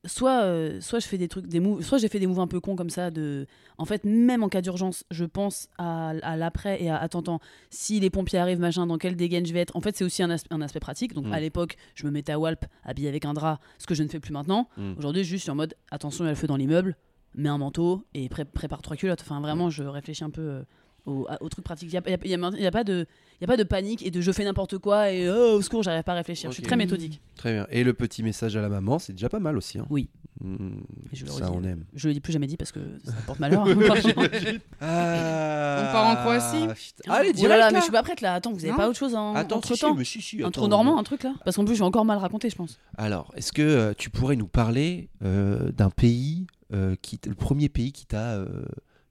S2: Soit, euh, soit je fais des trucs, des moves, soit j'ai fait des moves un peu cons comme ça. De, en fait, même en cas d'urgence, je pense à, à l'après et à attends, attends, si les pompiers arrivent, machin, dans quelle dégaine je vais être. En fait, c'est aussi un, as- un aspect pratique. Donc
S1: Mm.
S2: à l'époque, je me mettais à Walp, habillée avec un drap, ce que je ne fais plus maintenant.
S1: Mm.
S2: Aujourd'hui, je suis juste en mode attention, il y a le feu dans l'immeuble, mets un manteau et pré- prépare trois culottes. Enfin, vraiment, je réfléchis un peu euh, au, à- au truc pratique. Il n'y a, il y a- il y a- il y a pas de il y a pas de panique et de je fais n'importe quoi et oh, au secours, j'arrive pas à réfléchir. Je suis
S1: Ok.
S2: très méthodique.
S1: Très bien. Et le petit message à la maman, c'est déjà pas mal aussi. hein.
S2: Oui.
S1: Mm,
S2: Et je le
S1: ça,
S2: redis.
S1: on
S2: *laughs*
S1: aime.
S2: Je le dis plus jamais dit parce que ça
S1: *laughs*
S2: porte malheur. *laughs*
S1: Ah,
S3: On part en Croatie
S1: putain. Allez,
S2: Oh là
S1: direct.
S2: là, mais
S1: là.
S2: je suis pas prête là. Attends, vous avez
S3: Non.
S2: pas autre chose en,
S1: Attends, si,
S2: entre
S1: si,
S2: temps
S1: mais si, si,
S2: Un
S1: attends,
S2: trou normand, un truc là Parce qu'en plus, j'ai encore mal raconté, je pense.
S1: Alors, est-ce que euh, tu pourrais nous parler euh, d'un pays euh, qui, t- le premier pays qui t'a, euh,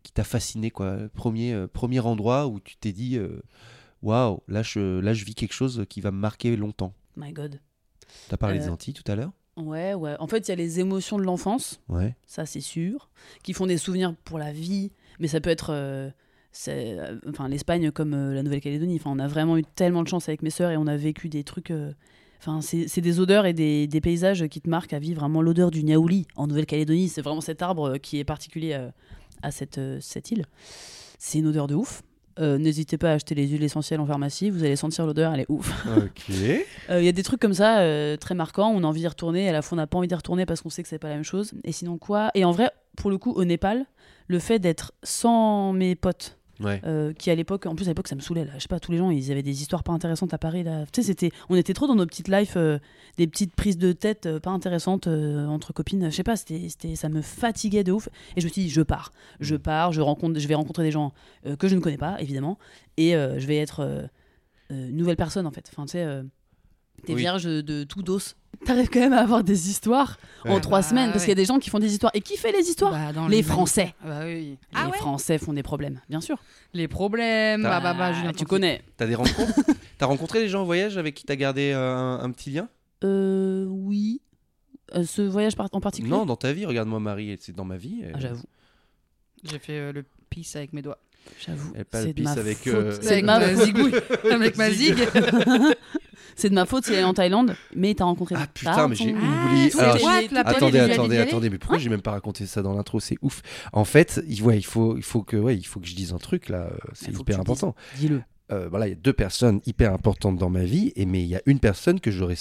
S1: qui t'a fasciné, quoi, le premier, euh, premier endroit où tu t'es dit, euh, waouh, là je, là je vis quelque chose qui va me marquer longtemps.
S2: My God.
S1: T'as parlé
S2: Euh.
S1: des Antilles tout à l'heure.
S2: Ouais, ouais. En fait, il y a les émotions de l'enfance.
S1: Ouais.
S2: ça c'est sûr, qui font des souvenirs pour la vie, mais ça peut être euh, c'est, euh, enfin l'Espagne comme euh, la Nouvelle-Calédonie. Enfin, on a vraiment eu tellement de chance avec mes sœurs et on a vécu des trucs. euh, Enfin, c'est c'est des odeurs et des, des paysages qui te marquent à vie. Vraiment, l'odeur du niaouli en Nouvelle-Calédonie, c'est vraiment cet arbre euh, qui est particulier euh, à cette, euh, cette île. C'est une odeur de ouf. euh, n'hésitez pas à acheter les huiles essentielles en pharmacie, vous allez sentir l'odeur, elle est ouf. *laughs*
S1: Ok.
S2: Euh, Il y a des trucs comme ça euh, très marquants, on a envie d'y retourner, à la fois on n'a pas envie d'y retourner parce qu'on sait que c'est pas la même chose. Et sinon quoi Et en vrai, pour le coup, au Népal, le fait d'être sans mes potes,
S1: Ouais.
S2: euh, qui à l'époque, en plus à l'époque ça me saoulait, là. je sais pas, tous les gens ils avaient des histoires pas intéressantes à Paris là. Tu sais, c'était, on était trop dans nos petites lives, euh, des petites prises de tête euh, pas intéressantes euh, entre copines, je sais pas, c'était, c'était, ça me fatiguait de ouf. Et je me suis dit, je pars, je pars, je rencontre, je vais rencontrer des gens euh, que je ne connais pas évidemment, et euh, je vais être euh, euh, nouvelle personne en fait. Enfin tu sais, euh, t'es
S1: Oui.
S2: vierge de tout dos. T'arrives quand même à avoir des histoires en
S1: Ouais.
S2: trois
S3: Ah bah,
S2: semaines, parce qu'il y a
S3: ouais.
S2: des gens qui font des histoires. Et qui fait les histoires
S3: Bah, dans
S2: Les
S3: l'humanité.
S2: Français. Ah
S3: Bah oui.
S1: Ah
S2: Les Français font des problèmes, bien sûr.
S3: Les problèmes. Ah bah bah, Julien,
S2: tu
S3: Tanti.
S2: connais.
S1: *laughs* T'as des rencontres T'as rencontré des gens en voyage avec qui t'as gardé euh, un, un petit lien
S2: Euh, oui. Euh, ce voyage par- en particulier
S1: Non, dans ta vie. Regarde-moi Marie, et c'est dans ma vie. euh, et-
S2: Ah, j'avoue,
S3: J'ai fait euh, le pisse avec
S1: *laughs*
S3: mes doigts.
S2: j'avoue.
S1: Elle pas le
S2: C'est de ma
S1: pisse avec,
S2: faute.
S1: euh,
S2: C'est de
S3: Avec
S2: ma
S3: ma
S2: faute.
S3: zigouille. Avec ma
S1: Zig.
S3: zig.
S2: *laughs* C'est de ma faute si elle est en Thaïlande, mais t'as rencontré.
S1: Ah
S2: des
S1: putain, mais j'ai
S2: tartons.
S1: oublié.
S2: tous
S1: Alors,
S2: les
S1: je-
S2: gens-
S1: Attendez, attendez, attendez, mais pourquoi
S2: Hein
S1: j'ai même pas raconté ça dans l'intro C'est ouf. En fait, il- ouais, il faut, il faut que, ouais, il faut que je dise un truc là. euh, C'est
S2: Il faut que
S1: hyper
S2: tu le dises.
S1: important.
S2: Dis-le.
S1: Euh, voilà, il y a deux personnes hyper importantes dans ma vie, et mais il y a une personne que j'aurais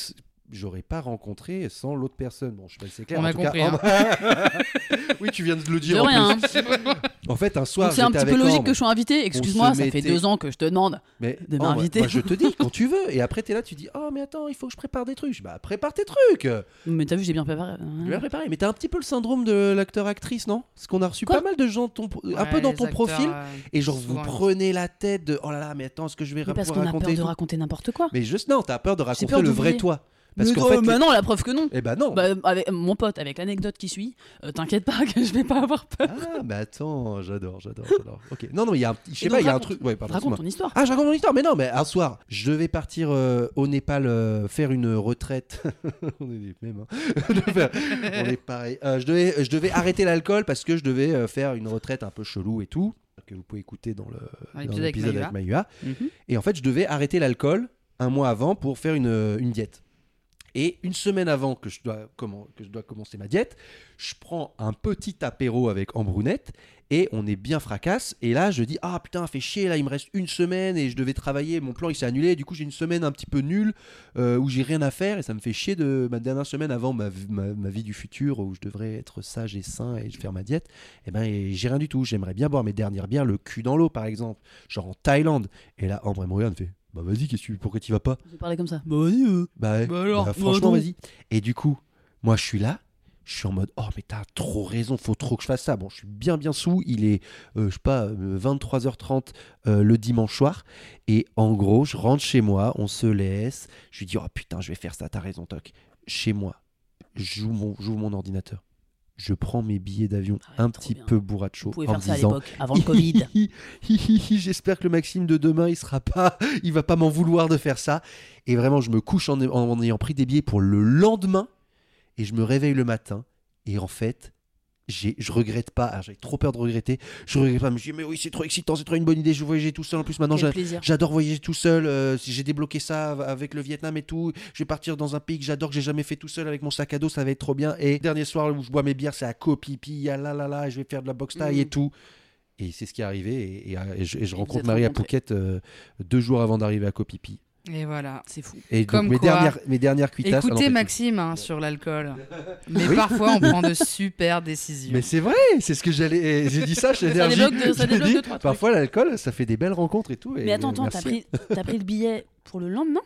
S1: j'aurais pas rencontrée sans l'autre personne. Bon, je sais pas si c'est clair.
S3: On
S1: en
S3: a
S1: tout cas-
S3: compris, hein.
S1: Oh, bah-
S2: hein.
S1: *laughs* oui, tu viens de le
S2: De
S1: dire. en
S2: rien. hein.
S1: plus. *laughs* En fait, un soir,
S2: Donc c'est un
S1: j'étais
S2: petit peu
S1: avec
S2: logique
S1: Ambre.
S2: que je sois invitée. Excuse-moi,
S1: se
S2: ça fait
S1: mettait-
S2: deux ans que je te demande.
S1: Mais
S2: de
S1: non, moi-
S2: m'inviter.
S1: moi, je te dis
S2: *laughs*
S1: quand tu veux, et après t'es là, tu dis oh mais attends, il faut que je prépare des trucs. Bah prépare tes trucs.
S2: Mais t'as vu, j'ai bien préparé.
S1: Tu l'as préparé, mais t'as un petit peu le syndrome de l'acteur-actrice, non Parce qu'on a reçu
S2: Quoi
S1: pas mal de gens, ton- un peu dans ton profil,
S2: euh,
S3: euh,
S1: et genre vous prenez la tête de oh là là, mais attends, ce que je vais
S2: Mais parce
S1: pouvoir
S2: qu'on a peur
S1: raconter. et
S2: de
S1: tout.
S2: raconter n'importe quoi.
S1: Mais juste non, t'as peur de
S2: J'ai
S1: raconter
S2: peur
S1: le
S2: d'oublier.
S1: vrai toi. Parce
S2: Mais
S1: qu'en
S2: non,
S1: fait,
S2: bah
S1: les-
S2: non, la preuve que non.
S1: eh ben non.
S2: Bah, avec mon pote, avec l'anecdote qui suit, euh, t'inquiète pas *laughs* que je vais pas avoir peur.
S1: Ah, mais attends, j'adore, j'adore, j'adore. Ok, non, non, il y a, un- je sais
S2: Et
S1: pas,
S2: donc,
S1: il y a un
S2: raconte.
S1: truc. Ouais, pardon,
S2: Raconte
S1: excuse-moi.
S2: ton histoire.
S1: Ah, je raconte mon histoire, mais non, mais un soir, je vais partir euh, au Népal euh, faire une retraite. *laughs* on est les mêmes, hein. *laughs* De faire- on est pareil. Euh, je, devais, je devais arrêter l'alcool parce que je devais euh, faire une retraite un peu chelou et tout, que vous pouvez écouter dans le-
S3: Dans
S1: dans
S3: l'épisode avec
S1: l'épisode
S3: Maïva.
S1: avec Maïua.
S2: Mhm.
S1: Et en fait, je devais arrêter l'alcool un mois avant pour faire une, une diète. Et une semaine avant que je, dois, comment, que je dois commencer ma diète, je prends un petit apéro avec Ambrounette et on est bien fracasse. Et là, je dis Ah putain, fait chier, là, il me reste une semaine et je devais travailler. Mon plan, il s'est annulé. Du coup, j'ai une semaine un petit peu nulle euh, où j'ai rien à faire et ça me fait chier de ma dernière semaine avant ma, v- ma- ma vie du futur où je devrais être sage et sain et faire ma diète. Et ben, et j'ai rien du tout. J'aimerais bien boire mes dernières bières, le cul dans l'eau, par exemple, genre en Thaïlande. Et là, Ambre, elle me regarde, elle fait Bah vas-y, qu'est-ce que tu- pourquoi tu vas pas
S2: J'ai parlé comme ça. Bah vas-y. euh.
S1: bah, ouais.
S3: Bah alors,
S1: Bah,
S2: bah
S1: franchement,
S2: non.
S1: vas-y. Et du coup, moi, je suis là. Je suis en mode, oh, mais t'as trop raison, faut trop que je fasse ça. Bon, je suis bien, bien sous. Il est, euh, je sais pas, euh, 23h30 euh, le dimanche soir. Et en gros, je rentre chez moi, on se laisse. Je lui dis, oh putain, je vais faire ça, t'as raison, toc. Chez moi, j'ouvre mon, j'ouvre mon ordinateur. Je prends mes billets d'avion
S2: Ah ouais,
S1: un
S2: trop
S1: petit
S2: bien.
S1: peu bourracho
S2: Vous pouvez
S1: en
S2: faire
S1: me
S2: ça à
S1: disant,
S2: l'époque,
S1: *laughs*
S2: avant le Covid.
S1: Hi, hi, hi, hi, J'espère que le Maxime de demain, il sera pas, il va pas m'en vouloir de faire ça. Et vraiment, je me couche en, en- en ayant pris des billets pour le lendemain et je me réveille le matin. Et en fait, j'ai, je regrette pas. Alors, J'ai trop peur de regretter. Je regrette pas. Mais je dis, mais oui, c'est trop excitant, c'est trop une bonne idée. Je vais voyager tout seul. En plus, maintenant,
S2: Quel
S1: j'ai-
S2: plaisir.
S1: J'adore voyager tout seul. euh, si j'ai débloqué ça av- avec le Vietnam et tout. Je vais partir dans un pays que j'adore, que j'ai jamais fait tout seul avec mon sac à dos. Ça va être trop bien. Et dernier soir où je bois mes bières, c'est à Copipi, à la la la. Je vais faire de la boxe taille
S3: Mhm.
S1: et tout. Et c'est ce qui est arrivé. Et, et- et je, et je
S2: Mm. vous
S1: rencontre
S2: êtes
S1: Marie à
S2: rencontrés.
S1: Phuket euh, deux jours avant d'arriver à Copipi.
S3: Mhm. Et voilà.
S2: C'est fou.
S1: Et donc,
S3: Comme
S1: mes,
S3: quoi.
S1: dernières, mes dernières cuitasses. ah non,
S3: Écoutez
S1: pas du
S3: Maxime hein,
S1: *laughs*
S3: sur l'alcool. Mais
S1: Oui.
S3: parfois on
S1: *laughs*
S3: prend de super
S1: tout.
S3: décisions.
S1: Mais c'est vrai, c'est ce que j'allais. J'ai dit ça chez
S2: Ça
S1: Energy.
S2: débloque deux- ça
S1: Je
S2: débloque
S1: dis,
S2: deux, trois trucs.
S1: Parfois, l'alcool, ça fait des belles rencontres et tout. et euh,
S2: Mais attends, attends,
S1: merci.
S2: t'as pris, t'as pris le billet pour le lendemain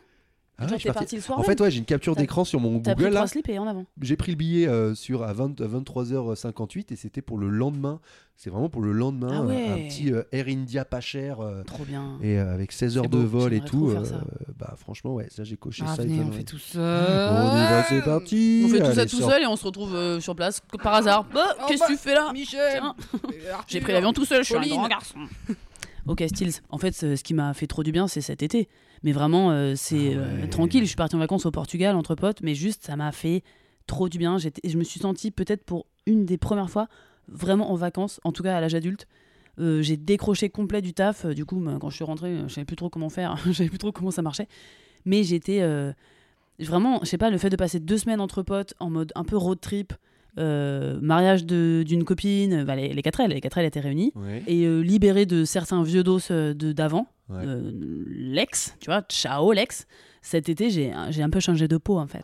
S1: Ah ouais,
S2: Genre
S1: je suis
S2: t'es
S1: parti.
S2: parti le soir
S1: En
S2: même
S1: fait, ouais, j'ai une capture
S2: T'as-
S1: d'écran sur mon
S2: T'as pris
S1: Google là.
S2: trois slips et en avant.
S1: J'ai pris le billet euh, sur à, 20 à 23h58 et c'était pour le lendemain. C'est vraiment pour le lendemain.
S2: Ah ouais.
S1: euh, Un petit euh, Air India pas cher euh,
S2: Trop bien.
S1: et euh, avec 16 heures
S2: C'est beau,
S1: de vol et
S2: j'aimerais trop
S1: tout.
S2: faire ça.
S1: euh, bah franchement ouais, ça j'ai coché
S3: Ah,
S1: ça.
S3: venez, on
S1: étonnamment.
S3: fait tout ça.
S1: On y va, c'est parti.
S2: On fait tout
S1: Allez,
S2: ça tout
S1: sort-
S2: seul et on se retrouve euh, sur place que
S1: Ah,
S2: par hasard. Bah,
S3: Oh,
S2: qu'est-ce
S3: bah,
S2: que tu fais là
S3: Michel,
S2: Tiens.
S3: Arthur,
S2: J'ai pris l'avion tout seul, je suis un
S3: Pauline.
S2: grand garçon. Ok Stills, en fait ce ce qui m'a fait trop du bien c'est cet été. Mais vraiment euh, c'est
S1: Ah
S2: euh,
S1: ouais.
S2: tranquille, je suis partie en vacances au Portugal entre potes, mais juste ça m'a fait trop du bien. J'étais- Je me suis sentie peut-être pour une des premières fois vraiment en vacances, en tout cas à l'âge adulte. Euh, j'ai décroché complet du taf. Euh, Du coup, bah, quand je suis rentrée, euh, je savais plus trop comment faire, *laughs* je savais plus trop comment ça marchait. Mais j'étais euh, vraiment, je sais pas, le fait de passer deux semaines entre potes en mode un peu road trip euh, mariage de- d'une copine, bah, les, les quatre L, les quatre L étaient réunis,
S1: Ouais.
S2: et euh, libérés de certains vieux dos euh, de- d'avant,
S1: Ouais.
S2: euh, l'ex, tu vois, ciao l'ex. Cet été, j'ai j'ai un peu changé de peau en fait.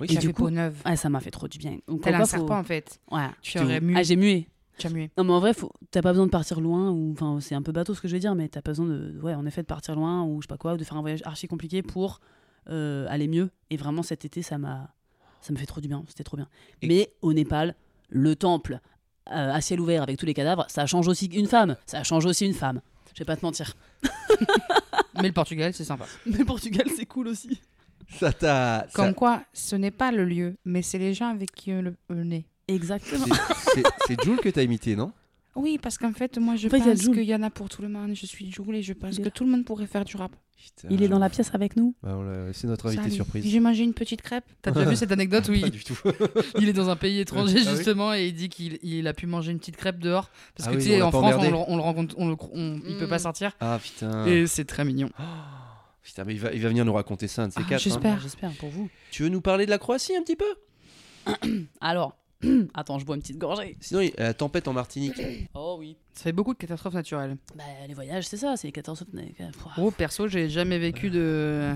S1: Oui,
S2: Et
S3: Tu as
S2: du
S3: fait
S2: coup-
S3: peau neuve.
S2: Ah, ça m'a fait trop du bien. Donc,
S3: T'as
S2: comme
S3: un
S2: quoi, faut-
S3: serpent en fait.
S2: Ouais.
S3: Tu aurais mué.
S2: Ah, j'ai mué.
S3: Tu as mué.
S2: Non, mais en vrai, faut... t'as pas besoin de partir loin, ou enfin, c'est un peu bateau ce que je vais dire, mais t'as pas besoin de, ouais, en effet, de partir loin, ou je sais pas quoi, ou de faire un voyage archi compliqué pour euh, aller mieux. Et vraiment, cet été, ça m'a, ça me fait trop du bien, c'était trop bien.
S1: Et-
S2: Mais au Népal, le temple euh, à ciel ouvert avec tous les cadavres, ça change aussi une femme, ça change aussi une femme. Je vais pas te mentir.
S3: *laughs* Mais le Portugal, c'est sympa.
S2: *laughs* Mais le Portugal, c'est cool aussi.
S1: Ça t'a. ça-
S3: Comme quoi, ce n'est pas le lieu, mais c'est les gens avec qui on le, on est.
S2: Exactement. *laughs*
S1: c'est- c'est- C'est Jules que t'as imité, non
S3: Oui, parce qu'en fait, moi, je
S2: En fait, il y a
S3: pense
S2: Jul.
S3: qu'il y en a pour tout le monde. Je suis Joule et je pense
S2: Il est
S3: que
S2: là.
S3: tout le monde pourrait faire du rap.
S2: Il est dans la pièce avec nous.
S1: Bah, on l'a- c'est notre invité
S3: Salut.
S1: surprise.
S3: J'ai mangé une petite crêpe. T'as déjà vu cette *laughs* anecdote
S1: *laughs*
S3: où
S1: Pas
S3: il,
S1: du tout.
S3: il est dans un pays
S1: Ah
S3: étranger,
S1: oui.
S3: justement, et il dit qu'il il a pu manger une petite crêpe dehors Parce
S1: Ah
S3: que,
S1: oui,
S3: tu
S1: on
S3: sais,
S1: l'a
S3: en
S1: pas
S3: France,
S1: emmerdé.
S3: on le, on le rencontre, on le, cro- on- il peut
S2: Mm.
S3: pas sortir.
S1: Ah putain.
S3: Et c'est très mignon.
S1: Putain, mais il va, il va venir nous raconter ça, un de ces
S3: Ah,
S1: quatre. hein.
S3: J'espère.
S2: J'espère pour vous.
S1: Tu veux nous parler de la Croatie un petit peu
S2: Alors, *clears throat* attends, je bois une petite gorgée.
S1: Sinon, il- la tempête en Martinique.
S2: Oh oui.
S3: Ça fait beaucoup de catastrophes naturelles.
S2: Bah, les voyages, c'est ça, c'est les 14 Pouah.
S3: Oh, perso, j'ai jamais vécu de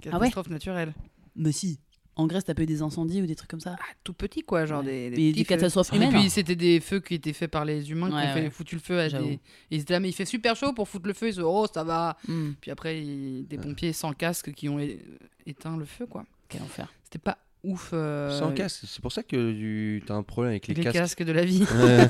S3: catastrophe naturelle.
S2: Mais si. En Grèce, t'as pas eu des incendies ou des trucs comme ça
S3: Ah, tout petit, quoi, genre
S2: Ouais.
S3: des, des
S2: Mais
S3: petits
S2: des
S3: feux.
S2: catastrophes
S3: Et
S2: humaines. hein.
S3: puis c'était des feux qui étaient faits par les humains qui
S2: Ouais,
S3: ont fait-
S2: ouais.
S3: foutu le feu à
S2: J'avoue.
S3: des. Ils étaient là, mais il fait super chaud pour foutre le feu. Ils se disent, oh, ça va.
S2: Hmm,
S3: Puis après, il- des pompiers sans casque qui ont é- éteint le feu, quoi.
S2: Quel enfer.
S3: C'était pas ouf. euh,
S1: Sans casque, c'est pour ça que tu as un problème avec les,
S3: Les casques.
S1: casques.
S3: de
S2: *laughs*
S3: la vie.
S1: Ouais.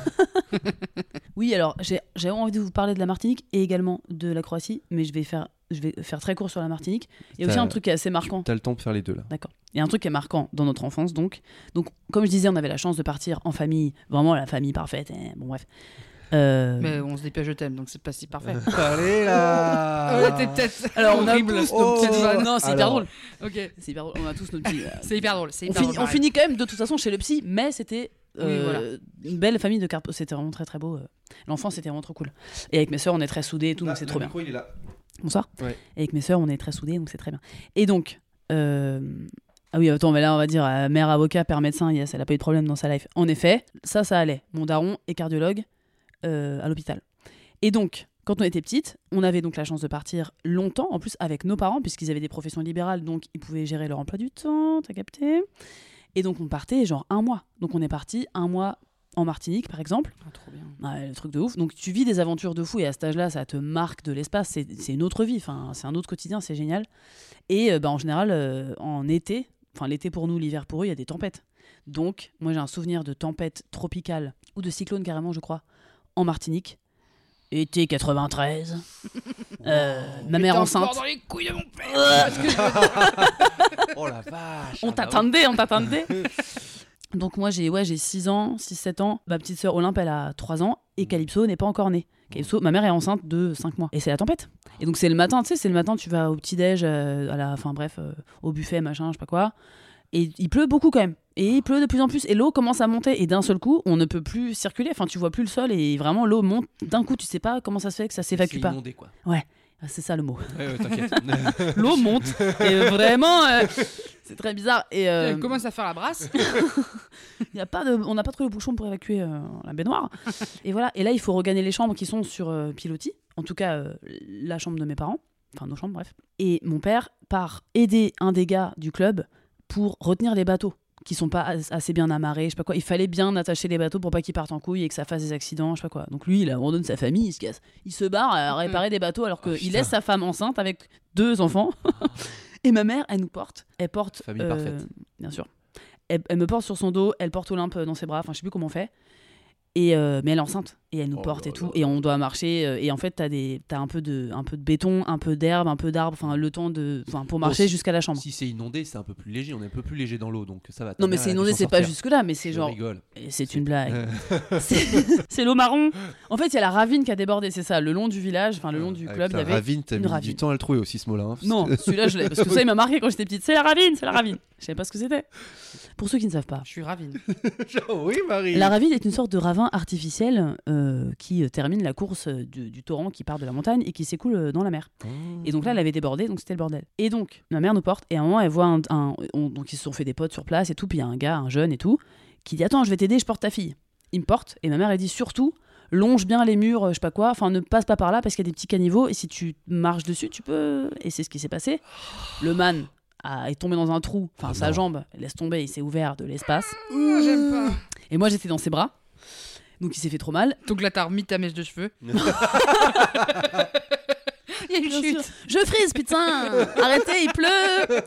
S2: Oui, alors j'ai j'ai envie de vous parler de la Martinique et également de la Croatie, mais je vais faire, je vais faire très court sur la Martinique. Il y a aussi
S1: T'as-
S2: un truc qui est assez marquant.
S1: T'as le temps de faire les deux là.
S2: D'accord. Il y a un truc qui est marquant dans notre enfance, donc. Donc, comme je disais, on avait la chance de partir en famille, vraiment la famille parfaite. eh, bon, bref. Euh,
S3: mais on se dépêche, je t'aime, donc c'est pas si parfait.
S1: Allez
S2: *laughs* Ah,
S1: là
S3: Oh, *laughs* t'es peut-être
S2: Alors, on a
S3: horrible.
S2: tous
S1: nos petites
S2: euh,
S1: vannes.
S2: Non, c'est hyper
S1: Alors.
S2: drôle.
S3: Ok,
S2: C'est hyper drôle. On a tous nos petits. euh,
S3: c'est hyper drôle. c'est
S2: on,
S3: hyper
S2: finit,
S3: drôle,
S2: on
S3: pareil.
S2: finit quand même de toute façon chez le psy, mais c'était euh,
S3: Oui, voilà.
S2: une belle famille de carpes. C'était vraiment très très beau. euh. L'enfance c'était vraiment trop cool. Et avec mes sœurs, on est très soudés et tout, donc
S3: Ah,
S2: c'est trop bien.
S1: il est là.
S2: Bonsoir.
S1: Ouais.
S2: Et avec mes sœurs, on est très soudés, donc c'est très bien. Et donc. euh, Ah oui, attends, mais là, on va dire euh, mère avocat, père médecin, yes, elle a pas eu de problème dans sa life. En effet, ça, ça allait. Mon daron est cardiologue euh, à l'hôpital. Et donc, quand on était petite, on avait donc la chance de partir longtemps, en plus avec nos parents, puisqu'ils avaient des professions libérales, donc ils pouvaient gérer leur emploi du temps, t'as capté Et donc on partait genre un mois. Donc on est parti un mois en Martinique, par exemple.
S3: Ah, trop bien.
S2: Ouais, le truc de ouf. Donc tu vis des aventures de fou et à cet âge-là, ça te marque de l'espace. C'est c'est une autre vie, enfin, c'est un autre quotidien, c'est génial. Et euh, bah, en général, euh, en été, enfin l'été pour nous, l'hiver pour eux, il y a des tempêtes. Donc moi j'ai un souvenir de tempête tropicale ou de cyclone carrément, je crois, en Martinique. Été
S3: *laughs*
S2: 93. Euh, ma
S3: Mais
S2: mère
S3: t'es
S2: enceinte.
S3: encore dans les couilles de mon
S2: *laughs*
S3: père.
S1: Oh la vache
S2: On t'attendait, on t'attendait. Donc moi j'ai ouais, j'ai 6 ans, 6 7 ans, ma petite sœur Olympe elle a 3 ans et Calypso n'est pas encore née. Calypso, ma mère est enceinte de 5 mois et c'est la tempête. Et donc c'est le matin, tu sais, c'est le matin tu vas au petit-déj euh, à la enfin bref, euh, au buffet machin, je sais pas quoi. Et il pleut beaucoup quand même. Et il pleut de plus en plus et l'eau commence à monter et d'un seul coup, on ne peut plus circuler, enfin tu vois plus le sol et vraiment l'eau monte d'un coup, tu sais pas comment ça se fait que ça s'évacue pas.
S1: inondé quoi.
S2: Ah, C'est ça le mot.
S1: Ouais, ouais, t'inquiète.
S2: *laughs* L'eau monte et
S1: *laughs*
S2: vraiment euh, c'est très bizarre et euh,
S3: Elle commence à faire la brasse.
S2: Il y a pas de, on n'a pas trouvé le bouchon pour évacuer euh, la baignoire. et voilà. Et là, il faut regagner les chambres qui sont sur euh, pilotis. En tout cas, euh, la chambre de mes parents. Enfin, nos chambres, bref. Et mon père part aider un des gars du club pour retenir les bateaux qui sont pas as- assez bien amarrés, je sais pas quoi. Il fallait bien attacher les bateaux pour pas qu'ils partent en couille et que ça fasse des accidents, je sais pas quoi. Donc lui, il abandonne sa famille, il se casse. Il se barre à réparer des bateaux alors
S1: Oh,
S2: qu'il
S1: putain.
S2: laisse sa femme enceinte avec
S1: *laughs*
S2: deux enfants. et ma mère, elle nous porte. Elle porte. euh,
S1: Famille parfaite.
S2: Bien sûr. Elle, elle me porte sur son dos, elle porte Olympe dans ses bras, enfin je sais plus comment on fait. Et euh, mais elle est enceinte et elle nous
S1: Oh
S2: porte
S1: là
S2: et tout
S1: là
S2: et on doit marcher euh, et en fait t'as des t'as un peu de un peu de béton un peu d'herbe un peu d'arbre enfin le temps de enfin pour
S1: Bon,
S2: marcher
S1: si-
S2: jusqu'à la chambre
S1: si Oh, c'est inondé, c'est un peu plus léger. On est un peu plus léger dans l'eau, donc ça va.
S2: non mais c'est inondé c'est pas jusque là mais c'est genre *laughs*
S1: rigole.
S2: et c'est
S1: *laughs*
S2: une blague
S1: Euh,
S2: c'est c'est *laughs* l'eau marron en fait il y a la ravine qui a débordé c'est ça le long du village enfin le long du
S1: ah,
S2: club il y
S1: putain,
S2: avait
S1: Ravine, t'as
S2: une
S1: mis du
S2: ravine.
S1: temps à le trouver aussi ce mot-là. hein.
S2: non celui-là je l'ai parce que ça il m'a marqué quand j'étais petite c'est la ravine c'est la ravine je savais pas ce que c'était pour ceux qui ne savent pas
S3: Je suis *laughs* ravine.
S1: *laughs* Genre, oui, Marie.
S2: La ravine est une sorte de ravin artificiel euh, qui euh, termine la course euh, du, du torrent qui part de la montagne et qui s'écoule euh, dans la mer.
S1: Oh.
S2: Et donc là, elle avait débordé, donc c'était le bordel. Et donc, ma mère nous porte, et à un moment, elle voit un. un- on- donc ils se sont fait des potes sur place et tout, puis il y a un gars, un jeune et tout, qui dit Attends, je vais t'aider, je porte ta fille. Il me porte, et ma mère, elle dit Surtout, longe bien les murs, euh, je sais pas quoi, enfin, ne passe pas par là parce qu'il y a des petits caniveaux, et si tu marches dessus, tu peux. Et c'est ce qui s'est passé. Le man a- est tombé dans un trou, enfin,
S1: Oh
S2: sa
S1: non.
S2: jambe, laisse tomber, il s'est ouvert de l'espace.
S3: Ah, J'aime pas.
S2: Et moi, j'étais dans ses bras, donc il s'est fait trop mal.
S3: *laughs* Donc là, t'as remis ta mèche de cheveux. *laughs* Il y a une
S2: Bien
S3: chute.
S2: sûr. Je frise,
S3: *laughs*
S2: putain Arrêtez, il pleut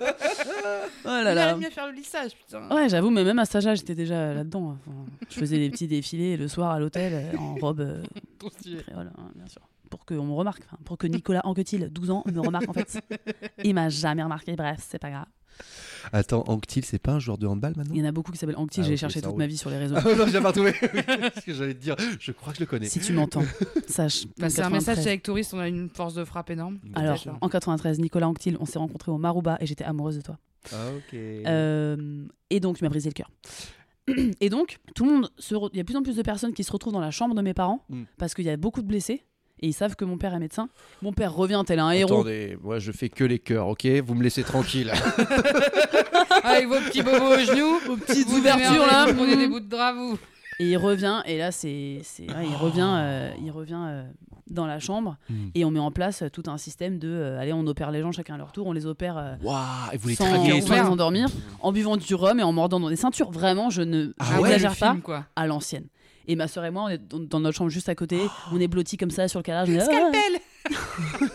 S2: Oh là
S3: Il
S2: là
S3: aime bien faire le lissage, putain.
S2: Ouais, j'avoue, mais même à Saja, j'étais déjà là-dedans. Enfin, je faisais des petits défilés le soir à l'hôtel
S3: *laughs*
S2: euh, en robe euh,
S3: Ton stylé.
S2: créole, hein, bien sûr. Pour qu'on me remarque, enfin, pour que Nicolas Anquetil, 12 ans, me remarque en
S3: *laughs*
S2: fait. Il m'a jamais remarqué, bref, c'est pas grave.
S1: Attends, Anctil, c'est pas un joueur de handball maintenant
S2: *laughs* Il y en a beaucoup qui s'appellent Anquetil,
S1: Ah,
S2: j'ai
S1: ok,
S2: cherché
S1: ça
S2: toute
S1: roule.
S2: ma vie sur
S1: *laughs*
S2: les réseaux.
S1: Ah non, j'ai pas retrouvé. Oui, c'est ce que j'allais te dire. Je crois que je le connais.
S2: si tu m'entends, sache.
S3: Bah,
S2: en
S3: c'est un message
S2: 93.
S3: chez avec Touriste, on a une force de frappe *laughs* énorme.
S1: Bon.
S2: Alors,
S3: Peut-être, hein.
S2: en 93, Nicolas Anquetil, on s'est rencontrés au Maruba et j'étais amoureuse de toi.
S1: Ah, ok.
S2: Euh, et donc, tu m'as brisé le cœur. *clears throat* Et donc, tout le monde, se re- il y a de plus en plus de personnes qui se retrouvent dans la chambre de mes parents
S1: Mm.
S2: parce qu'il y a beaucoup de blessés et ils savent que mon père est médecin. Mon père revient tel un héros.
S1: Attendez, moi je fais que les cœurs, ok Vous me laissez tranquille.
S3: Avec Ah, vos petits bobos aux genoux. Vos petites
S2: ouvertures, là.
S3: Vous prenez des bouts de drap, vous.
S2: Et il revient, et là, c'est, c'est- ouais, il revient,
S1: Ah.
S2: euh, il revient euh, dans la chambre
S1: Mm.
S2: et on met en place euh, tout un système de euh, allez, on opère les gens chacun à leur tour, on les opère euh,
S1: Waouh, et vous les
S2: sans,
S1: traquez et
S2: sans
S1: tout
S2: les endormir, en buvant du rhum et en mordant dans des ceintures. Vraiment, je ne
S1: Ah
S2: je
S1: ouais,
S2: n'exagère
S3: le
S2: pas.
S3: film, quoi.
S2: à l'ancienne. Et ma soeur et moi, on est dans- dans notre chambre juste à côté, on est blottis comme ça sur le cadavre. on est,
S3: Scalpel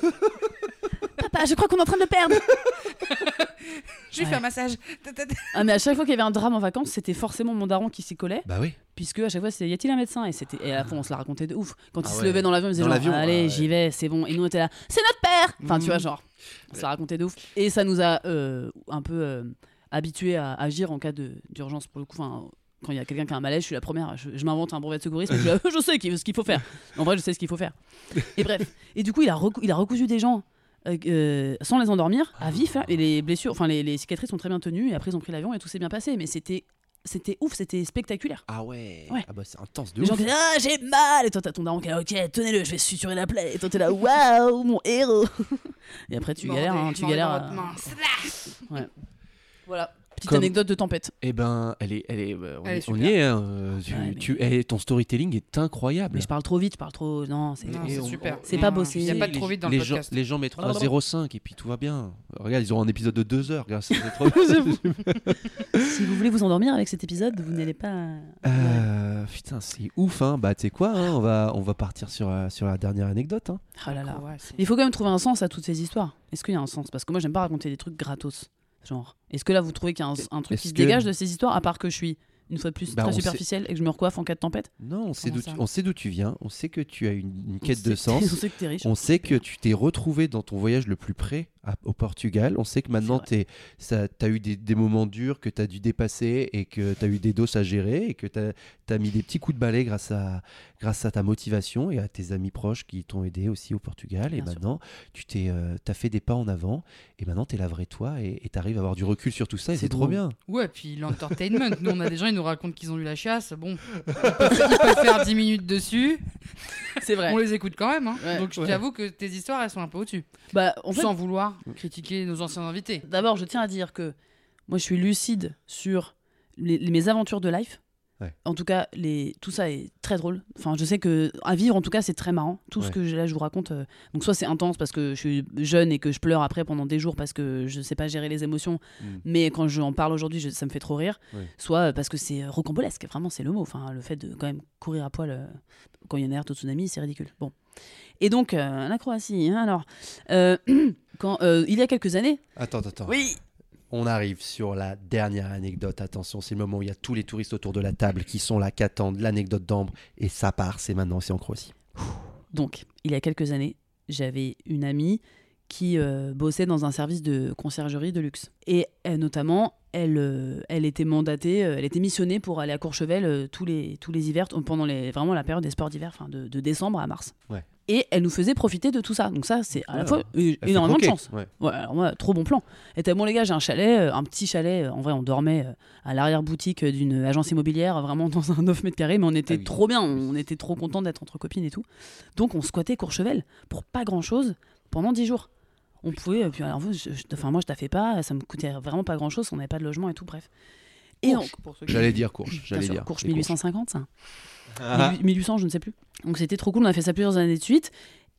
S2: Ah, Papa, je crois qu'on est en train de le perdre *laughs*
S3: Je lui
S2: Ouais.
S3: fais un massage. Ta, ta, ta.
S2: Ah, mais à chaque fois qu'il y avait un drame en vacances, c'était forcément mon daron qui s'y collait,
S1: Bah oui.
S2: puisque à chaque fois, c'est y a-t-il un médecin Et c'était et à la fin, on se la racontait de ouf. Quand
S1: Ah
S2: il se
S1: ouais.
S2: levait dans l'avion, il disait
S1: Dans
S2: genre,
S1: l'avion,
S2: allez,
S1: ouais.
S2: j'y vais, c'est bon. Et nous, on était là, c'est notre père Enfin, tu
S3: Mhm.
S2: vois, genre, on se la racontait de ouf. Et ça nous a euh, un peu habitué à agir en cas de- d'urgence pour le coup. Enfin, quand il y a quelqu'un qui a un malaise, je suis la première. Je, je m'invente un brevet de secouriste. et je, suis là, je *laughs* sais qui- ce qu'il
S1: *laughs*
S2: faut faire. En vrai, je sais ce qu'il faut faire. Et bref. Et du coup, il a, recou- il a recousu des gens euh, euh, sans les endormir,
S1: Ah.
S2: à vif. hein, et les blessures, enfin, les, les cicatrices sont très bien tenues. Et après, ils ont pris l'avion et tout s'est bien passé. Mais c'était. C'était ouf, c'était spectaculaire.
S1: Ah ouais.
S2: Ouais.
S1: Ah bah c'est intense de
S2: Les
S1: ouf.
S2: gens qui disaient Ah, j'ai mal Et toi, t'as ton daron qui est là Ok, tenez-le, je vais suturer la plaie. Et toi, t'es là Waouh, mon héros *laughs* Et après, tu galères, hein,
S3: Mordez,
S2: tu
S3: mordez
S2: galères.
S3: dans votre
S2: euh,
S3: main. C'est là.
S2: Voilà, petite
S1: Comme-
S2: anecdote de tempête.
S1: Eh ben, elle est, elle est, euh, on,
S3: Elle est
S1: est- on
S3: super.
S1: y est. hein, euh, tu,
S2: Ouais, mais-
S1: tu- eh, ton storytelling est incroyable.
S2: Mais je parle trop vite, je parle trop. Non, c'est.
S3: Non,
S1: Et
S3: c'est
S1: on-
S3: super.
S2: c'est
S3: Non,
S2: pas bossé.
S3: Il n'y a pas de
S1: Les-
S3: trop vite dans
S1: les
S3: le
S1: gens-
S3: podcast.
S1: les gens mettront à
S2: Blablabla.
S1: 0,5 et puis tout va bien. Regarde, ils auront un épisode de 2 heures grâce à cette
S2: Si vous voulez vous endormir avec cet épisode, vous n'allez pas.
S1: Euh, putain, c'est ouf, hein. Bah, tu sais quoi, hein, on, va, on va partir sur, euh, sur la dernière anecdote. hein.
S2: Oh là là.
S3: Ah Ouais, c'est-
S2: Il faut quand même trouver un sens à toutes ces histoires. Est-ce qu'il y a un sens Parce que moi, j'aime pas raconter des trucs gratos. Genre, est-ce que là, vous trouvez qu'il y a un, un truc qui
S1: Est-ce
S2: se
S1: que-
S2: dégage de ces histoires, à part que je suis une fois de plus
S1: Bah, on
S2: très
S1: sait-
S2: superficielle et que je me recoiffe en cas de tempête
S1: Non, on sait,
S3: Comment
S1: d'où
S3: ça
S1: tu, on sait d'où tu viens, on sait que tu as une, une
S2: On
S1: quête
S2: sait
S1: de
S2: que t'es- *laughs* On
S1: sens,
S2: sait que t'es riche.
S1: on sait que tu t'es retrouvé dans ton voyage le plus près à- au Portugal, on sait que maintenant tu as eu des, des moments durs, que tu as dû dépasser et que tu as eu des doses à gérer et que tu as, mis des petits coups de balai grâce à, grâce à ta motivation et à tes amis proches qui t'ont aidé aussi au Portugal. et
S2: Bien sûr.
S1: maintenant, tu t'es, euh, t'as fait des pas en avant et maintenant tu es la vraie toi et tu arrives à avoir du recul sur tout ça et
S2: C'est
S1: c'est trop
S2: beau.
S1: bien.
S3: Ouais, puis l'entertainment. Nous, on a des gens, ils nous racontent qu'ils ont eu la chasse. Bon, ils peuvent, ils peuvent faire 10 minutes dessus.
S2: C'est vrai.
S3: On les écoute quand même. hein.
S2: Ouais.
S3: Donc, je
S1: Ouais.
S3: t'avoue que tes histoires, elles sont un peu au-dessus.
S2: Bah, en fait,
S3: Sans vouloir critiquer nos anciens invités.
S2: D'abord, je tiens à dire que moi, je suis lucide sur les- les- mes aventures de life.
S1: Ouais.
S2: En tout cas, les, tout ça est très drôle. Enfin, je sais que à vivre, en tout cas, c'est très marrant. Tout ce
S1: Ouais.
S2: que je- là, je vous raconte. euh, donc, soit c'est intense parce que je suis jeune et que je pleure après pendant des jours parce que je ne sais pas gérer les émotions.
S1: Mm.
S2: Mais quand j'en parle aujourd'hui, je- ça me fait trop rire.
S1: Ouais.
S2: Soit euh, parce que c'est rocambolesque. Vraiment, c'est le mot. Enfin, le fait de quand même courir à poil euh, quand il y a une alerte au tsunami, c'est ridicule. Bon. Et donc, euh, la Croatie. hein, alors, euh, *clears throat* quand euh, il y a quelques années.
S1: Attends, attends.
S2: Oui.
S1: On arrive sur la dernière anecdote. Attention, c'est le moment où il y a tous les touristes autour de la table qui sont là, qui attendent l'anecdote d'Ambre. Et ça part, c'est maintenant, c'est en Croatie.
S2: Donc, il y a quelques années, j'avais une amie qui euh, bossait dans un service de conciergerie de luxe. Et euh, notamment, elle, euh, elle était mandatée, euh, elle était missionnée pour aller à Courchevel euh, tous, les, tous les hivers, t- pendant les, vraiment la période des sports d'hiver, enfin, de, de décembre à mars.
S1: Ouais.
S2: Et elle nous faisait profiter de tout ça. Donc ça, c'est à la
S1: Ouais,
S2: fois euh,
S1: Elle fait
S2: énormément de
S1: croquer.
S2: chance.
S1: Ouais.
S2: Ouais, alors moi, trop bon plan. Elle était bon les gars, j'ai un chalet, euh, un petit chalet. euh, En vrai, on dormait euh, à l'arrière-boutique euh, d'une agence immobilière, euh, vraiment dans un 9 mètres carrés, mais on était
S1: Ah oui.
S2: trop bien, on était trop contents d'être entre copines et tout. Donc on squattait Courchevel pour pas grand-chose pendant 10 jours. On pouvait, euh, puis alors vous, je- je- enfin moi je taffais pas, ça me coûtait vraiment pas grand-chose, on n'avait pas de logement et tout, bref. Et donc,
S3: Courche, pour ceux qui-
S1: J'allais dire Courche.
S2: Bien
S1: J'allais
S2: sûr,
S1: dire.
S2: Courche
S1: les Courches.
S2: 1850, ça.
S1: Ah,
S2: 18- 1800, je ne sais plus. Donc c'était trop cool, on a fait ça plusieurs années de suite.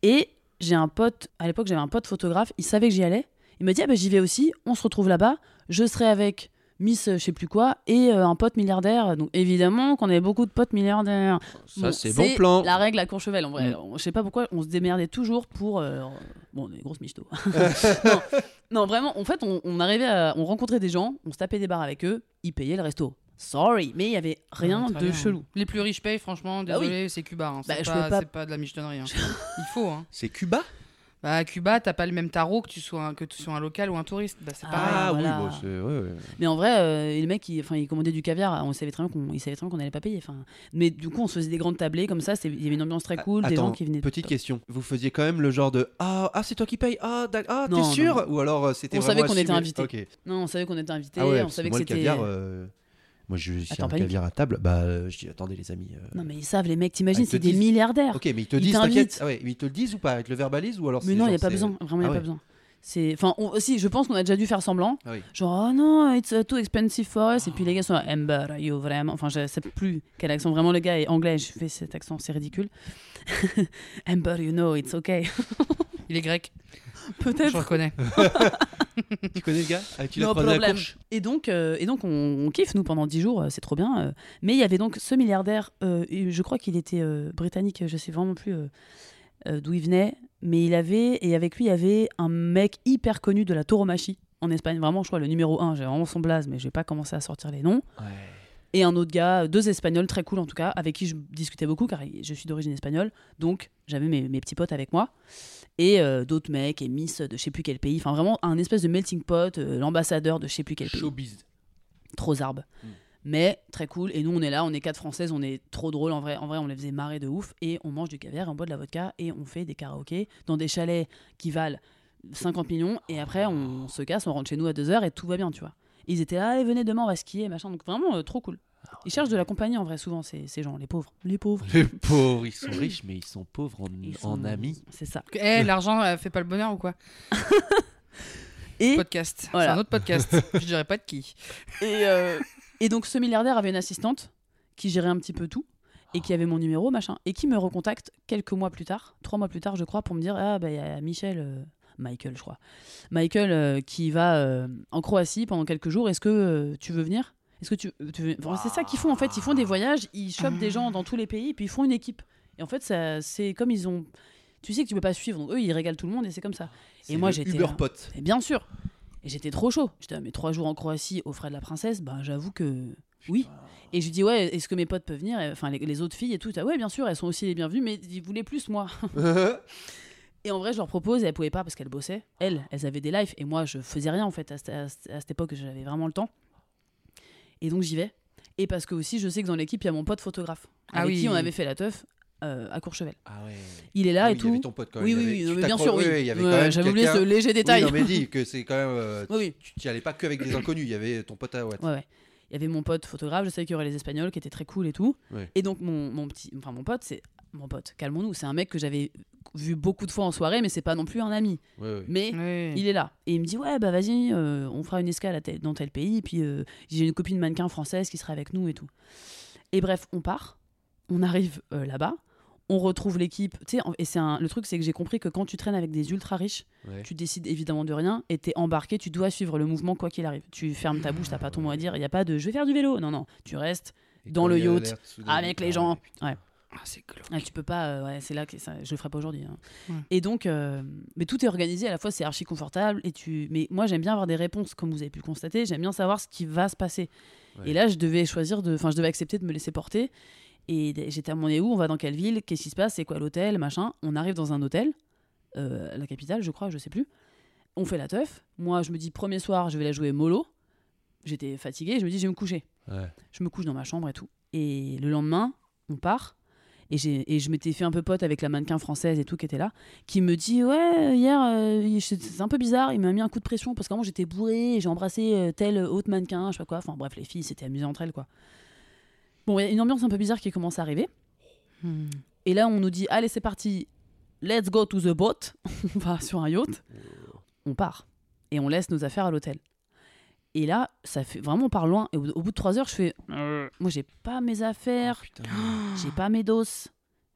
S2: Et j'ai un pote, à l'époque j'avais un pote photographe, il savait que j'y allais. Il m'a dit, ah bah, j'y vais aussi, on se retrouve là-bas, je serai avec Miss euh, je sais plus quoi et euh, un pote milliardaire. Donc évidemment qu'on avait beaucoup de potes milliardaires.
S1: Ça, c'est bon plan.
S2: La règle à Courchevel, en vrai.
S1: Mm.
S2: On- Je sais pas pourquoi, on se démerdait toujours pour. euh, bon, des
S1: *laughs*
S2: grosses michtos. non, non, vraiment, en fait, on, on arrivait à. On rencontrait des gens, on se tapait des bars avec eux, ils payaient le resto. Sorry, mais il y avait rien
S3: Ah, très
S2: de
S3: bien.
S2: chelou.
S3: Les plus riches payent, franchement,
S2: Bah oui.
S3: désolé, c'est Cuba. hein.
S2: Bah,
S3: C'est
S2: je
S3: pas,
S2: peux pas-
S3: c'est pas de la michetonnerie.
S2: *laughs*
S3: hein. Il faut. Hein.
S1: C'est Cuba
S3: Bah, à Cuba, t'as pas le même tarot que tu sois un, que tu sois un local ou un touriste. Bah, c'est
S2: Ah,
S3: pareil.
S1: Ah oui,
S2: voilà.
S1: bon, c'est. ouais, ouais.
S2: Mais en vrai, euh, les mecs, ils, enfin, ils commandaient du caviar. On savait très bien qu'on, ils savaient très bien qu'on allait pas payer. Enfin, mais du coup, on se faisait des grandes tablées comme ça. c'est- Il y avait une ambiance très cool, des
S1: Ah, Attends,
S2: gens qui venaient. de-
S1: Petite question. Vous faisiez quand même le genre de Ah, ah c'est toi qui paye Ah, d'ac- ah t'es
S2: Non,
S1: sûr Ou alors euh, c'était
S2: On
S1: vraiment
S2: savait qu'on
S1: assumé
S2: était invités.
S1: Ok.
S2: Non, on savait qu'on était invités.
S1: Ah ouais,
S2: on
S1: parce que
S2: savait que
S1: moi, le
S2: c'était.
S1: caviar. euh, Moi, je suis
S2: Attends,
S1: un
S2: panique.
S1: caviar à table. Bah, euh, je dis Attendez, les amis. euh,
S2: Non, mais ils savent, les mecs.
S1: Ah,
S2: T'imagines,
S1: ils te
S2: c'est des
S1: disent.
S2: milliardaires.
S1: Ok, mais ils te
S2: Ils
S1: disent, t'inquiète.
S2: t'invitent.
S1: Ah ouais, mais ils te le disent ou pas Ils te le verbalisent ou alors
S2: Mais
S1: c'est
S2: non, il
S1: genre,
S2: n'y a pas
S1: c'est-
S2: besoin. Vraiment, il
S1: Ah
S2: n'y a
S1: ouais.
S2: pas besoin. C'est... Enfin, on- si, je pense qu'on a déjà dû faire semblant.
S1: Ah oui.
S2: Genre, oh non, it's uh, too expensive for us. Et puis les gars sont là, Amber, are you vraiment. Enfin, je sais plus quel accent. Vraiment, le gars est anglais. Je fais cet accent, c'est ridicule. *laughs* Amber, you know, it's okay. *laughs*
S3: Il est grec, je
S2: Peut-être. *laughs*
S3: reconnais.
S1: Tu connais le gars avec qui tu l'as
S2: No
S1: croisé à la
S2: problem.
S1: courche
S2: Et donc, euh, et donc on, on kiffe, nous, pendant 10 jours, euh, c'est trop bien. euh. Mais il y avait donc ce milliardaire, euh, et je crois qu'il était euh, britannique, je sais vraiment plus euh, euh, d'où il venait, mais il avait, et avec lui, il y avait un mec hyper connu de la tauromachie en Espagne, vraiment, je crois, le numéro 1, j'ai vraiment son blaze, mais je vais pas commencer à sortir les noms. Et un autre gars, euh, deux Espagnols très cool en tout cas, avec qui je discutais beaucoup car je suis d'origine espagnole, donc j'avais mes, mes petits potes avec moi et euh, d'autres mecs et Miss de je sais plus quel pays, enfin vraiment un espèce de melting pot, euh, l'ambassadeur de je sais plus quel pays,
S1: Showbiz.
S2: trop zarbe.
S1: Mm.
S2: Mais très cool. Et nous on est là, on est quatre françaises, on est trop drôle en vrai, en vrai on les faisait marrer de ouf et on mange du caviar, et on boit de la vodka et on fait des karaokés dans des chalets qui valent 50 millions et après on se casse, on rentre chez nous à 2h et tout va bien, tu vois. Ils étaient là, allez venez demain on va skier, machin, donc vraiment euh, trop cool. Ils cherchent de la compagnie en vrai, souvent, ces, ces gens, les pauvres.
S1: *laughs*
S2: Les pauvres.
S1: Les pauvres, ils sont riches, mais ils sont pauvres en,
S2: Ils
S1: en
S2: sont-
S1: amis.
S2: C'est ça.
S3: Eh, l'argent euh, fait pas le bonheur ou quoi
S2: Et,
S3: Podcast.
S2: Voilà.
S3: C'est un
S2: *laughs*
S3: autre podcast. je dirais pas de qui.
S2: et, euh, et donc, ce milliardaire avait une assistante qui gérait un petit peu tout et qui avait mon numéro, machin, et qui me recontacte quelques mois plus tard, trois mois plus tard, je crois, pour me dire Ah, bah, il y a Michel, euh, Michael, je crois. Michael euh, qui va euh, en Croatie pendant quelques jours, est-ce que euh, tu veux venir Est-ce que tu, tu veux- Enfin, C'est ça qu'ils font en fait, ils font des voyages, ils chopent des gens dans tous les pays, puis ils font une équipe. Et en fait, ça- c'est comme ils ont. Tu sais que tu peux pas suivre, donc eux ils régalent tout le monde et c'est comme ça.
S1: C'est
S2: moi,
S1: le
S2: j'étais
S1: Uber
S2: là.
S1: pote.
S2: *laughs* Et bien sûr. Et j'étais trop chaud. J'étais, ah, mais trois jours en Croatie aux frais de la princesse, bah j'avoue que oui. Et je lui dis, ouais, est-ce que mes potes peuvent venir Et, Enfin, les, les autres filles et tout. Ah, ouais, bien sûr, elles sont aussi les bienvenues, mais ils voulaient plus moi.
S1: Ah
S2: Et en vrai, je leur propose, et elles pouvaient pas parce qu'elles bossaient. Elles, elles avaient des lives, et moi, je faisais rien en fait. À, cette- à cette- à cette époque, j'avais vraiment le temps. Et donc, j'y vais. Et parce que aussi, je sais que dans l'équipe, il y a mon pote photographe.
S3: Ah
S2: Avec
S3: oui.
S2: qui on avait fait la teuf euh, à Courchevel.
S1: Ah ouais.
S2: Il est là
S1: Ah
S2: et
S1: oui,
S2: tout.
S1: Il y avait ton pote quand même.
S2: oui,
S1: il y
S2: oui,
S1: avait-
S2: oui,
S1: tu
S2: mais bien
S1: t'accro-
S2: sûr, oui.
S1: oui. il y avait
S2: Ouais,
S1: quand même
S2: J'avais oublié
S1: quelqu'un-
S2: ce léger détail.
S1: Oui, non, mais dis que c'est quand même. euh,
S2: *laughs* oui, oui.
S1: tu n'y allais pas que avec des inconnus, il y avait ton pote à ouais.
S2: Ouais, ouais. Il y avait mon pote photographe, je savais qu'il y aurait les Espagnols qui étaient très cool et tout.
S1: Ouais.
S2: Et donc, mon, mon petit, enfin, mon pote, c'est. Mon pote, calmons-nous, c'est un mec que j'avais vu beaucoup de fois en soirée, mais c'est pas non plus un ami.
S1: Ouais, ouais.
S2: Mais
S3: Oui.
S2: il est là. Et il me dit Ouais, bah vas-y, euh, on fera une escale à tel- dans tel pays. Et puis euh, j'ai une copine mannequin française qui sera avec nous et tout. Et bref, on part. On arrive euh, là-bas. On retrouve l'équipe. Tu sais, en- et c'est un- le truc, c'est que j'ai compris que quand tu traînes avec des ultra riches,
S1: Ouais.
S2: tu décides évidemment de rien et t'es embarqué. Tu dois suivre le mouvement quoi qu'il arrive. Tu fermes ta bouche, t'as pas ton mot à dire. Il y a pas de je vais faire du vélo. Non, non. Tu restes
S1: Et
S2: dans
S1: quand
S2: le
S1: il y a
S2: yacht,
S1: l'alerte soudaine,
S2: avec
S1: ah
S2: les gens. Ouais.
S3: Ah,
S2: *gasps*
S3: c'est glauque.
S2: Ah, tu peux pas, euh, ouais, c'est là que ça, je le ferai pas aujourd'hui. hein.
S3: Ouais.
S2: Et donc, euh, mais tout est organisé, à la fois c'est archi confortable, et tu, mais moi j'aime bien avoir des réponses, comme vous avez pu le constater, j'aime bien savoir ce qui va se passer.
S1: Ouais.
S2: Et là, je devais choisir, de, enfin, je devais accepter de me laisser porter, et d- j'étais à mon est où, on va dans quelle ville, qu'est-ce qui se passe, c'est quoi l'hôtel, machin. On arrive dans un hôtel, euh, la capitale, je crois, je sais plus. On fait la teuf. Moi, je me dis, premier soir, je vais la jouer mollo. J'étais fatiguée, je me dis, je vais me coucher.
S1: Ouais.
S2: Je me couche dans ma chambre et tout. Et le lendemain, on part. Et, j'ai- et je m'étais fait un peu pote avec la mannequin française et tout qui était là, qui me dit Ouais, hier, euh, il- c'est c'est un peu bizarre, il m'a mis un coup de pression parce qu'avant j'étais bourrée, et j'ai embrassé euh, tel autre mannequin, je sais pas quoi. Enfin bref, les filles, c'était amusé entre elles quoi. Bon, il y a une ambiance un peu bizarre qui commence à arriver.
S3: Hmm.
S2: Et là, on nous dit Allez, c'est parti, let's go to the *laughs* boat. on va sur un yacht. On part. Et on laisse nos affaires à l'hôtel. Et là, ça fait vraiment par loin. Et au, au bout de trois heures, je fais Euh, Moi, j'ai pas mes affaires,
S1: Oh, Putain.
S2: j'ai
S3: Ah.
S2: pas mes doses,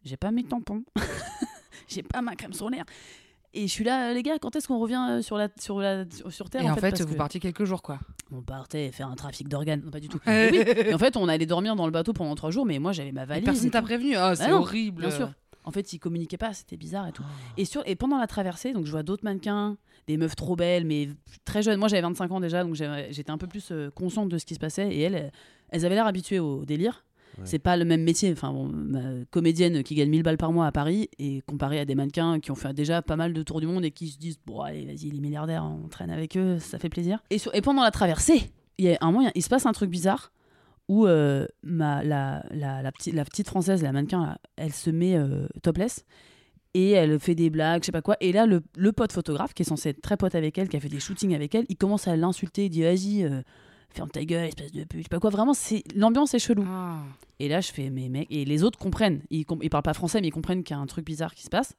S2: j'ai pas mes tampons, *laughs* j'ai pas ma crème solaire. Et je suis là, les gars, quand est-ce qu'on revient euh, sur, la, sur, la, sur, sur Terre
S3: Et en fait,
S2: parce
S3: vous
S2: que
S3: partiez quelques jours, quoi.
S2: On partait faire un trafic d'organes. Non, pas
S3: *laughs*
S2: du tout. Mais oui. Et en fait, on allait dormir dans le bateau pendant trois jours, mais moi, j'avais ma
S3: Et
S2: valise.
S3: personne
S2: et
S3: t'a
S2: tout. Bah
S3: prévenu. Ah, c'est
S2: non,
S3: horrible.
S2: Bien sûr. En fait, ils communiquaient pas, c'était bizarre et tout.
S3: Ah.
S2: Et, sur, et pendant la traversée, donc je vois d'autres mannequins, des meufs trop belles, mais très jeunes. Moi, j'avais 25 ans déjà, donc j'avais- j'étais un peu plus euh, consciente de ce qui se passait. Et elles, euh, elles avaient l'air habituées au délire.
S1: Ouais.
S2: C'est pas le même métier. Enfin, bon, ma comédienne qui gagne 1000 balles par mois à Paris, et comparée à des mannequins qui ont fait déjà pas mal de tours du monde et qui se disent Bon, allez, vas-y, les milliardaires, on traîne avec eux, ça fait plaisir. Et, sur- et pendant la traversée, il y a un moyen, il se passe un truc bizarre où euh, ma, la, la, la, petite- la petite française, la mannequin, là, elle se met euh, topless et elle fait des blagues, je sais pas quoi. Et là, le, le pote photographe, qui est censé être très pote avec elle, qui a fait des shootings avec elle, il commence à l'insulter, il dit Vas-y, euh, ferme ta gueule, espèce de pute, je sais pas quoi. Vraiment, c'est l'ambiance est chelou.
S3: Ah.
S2: Et là, je fais Mais mec, et les autres comprennent. Ils, com- ils parlent pas français, mais ils comprennent qu'il y a un truc bizarre qui se passe.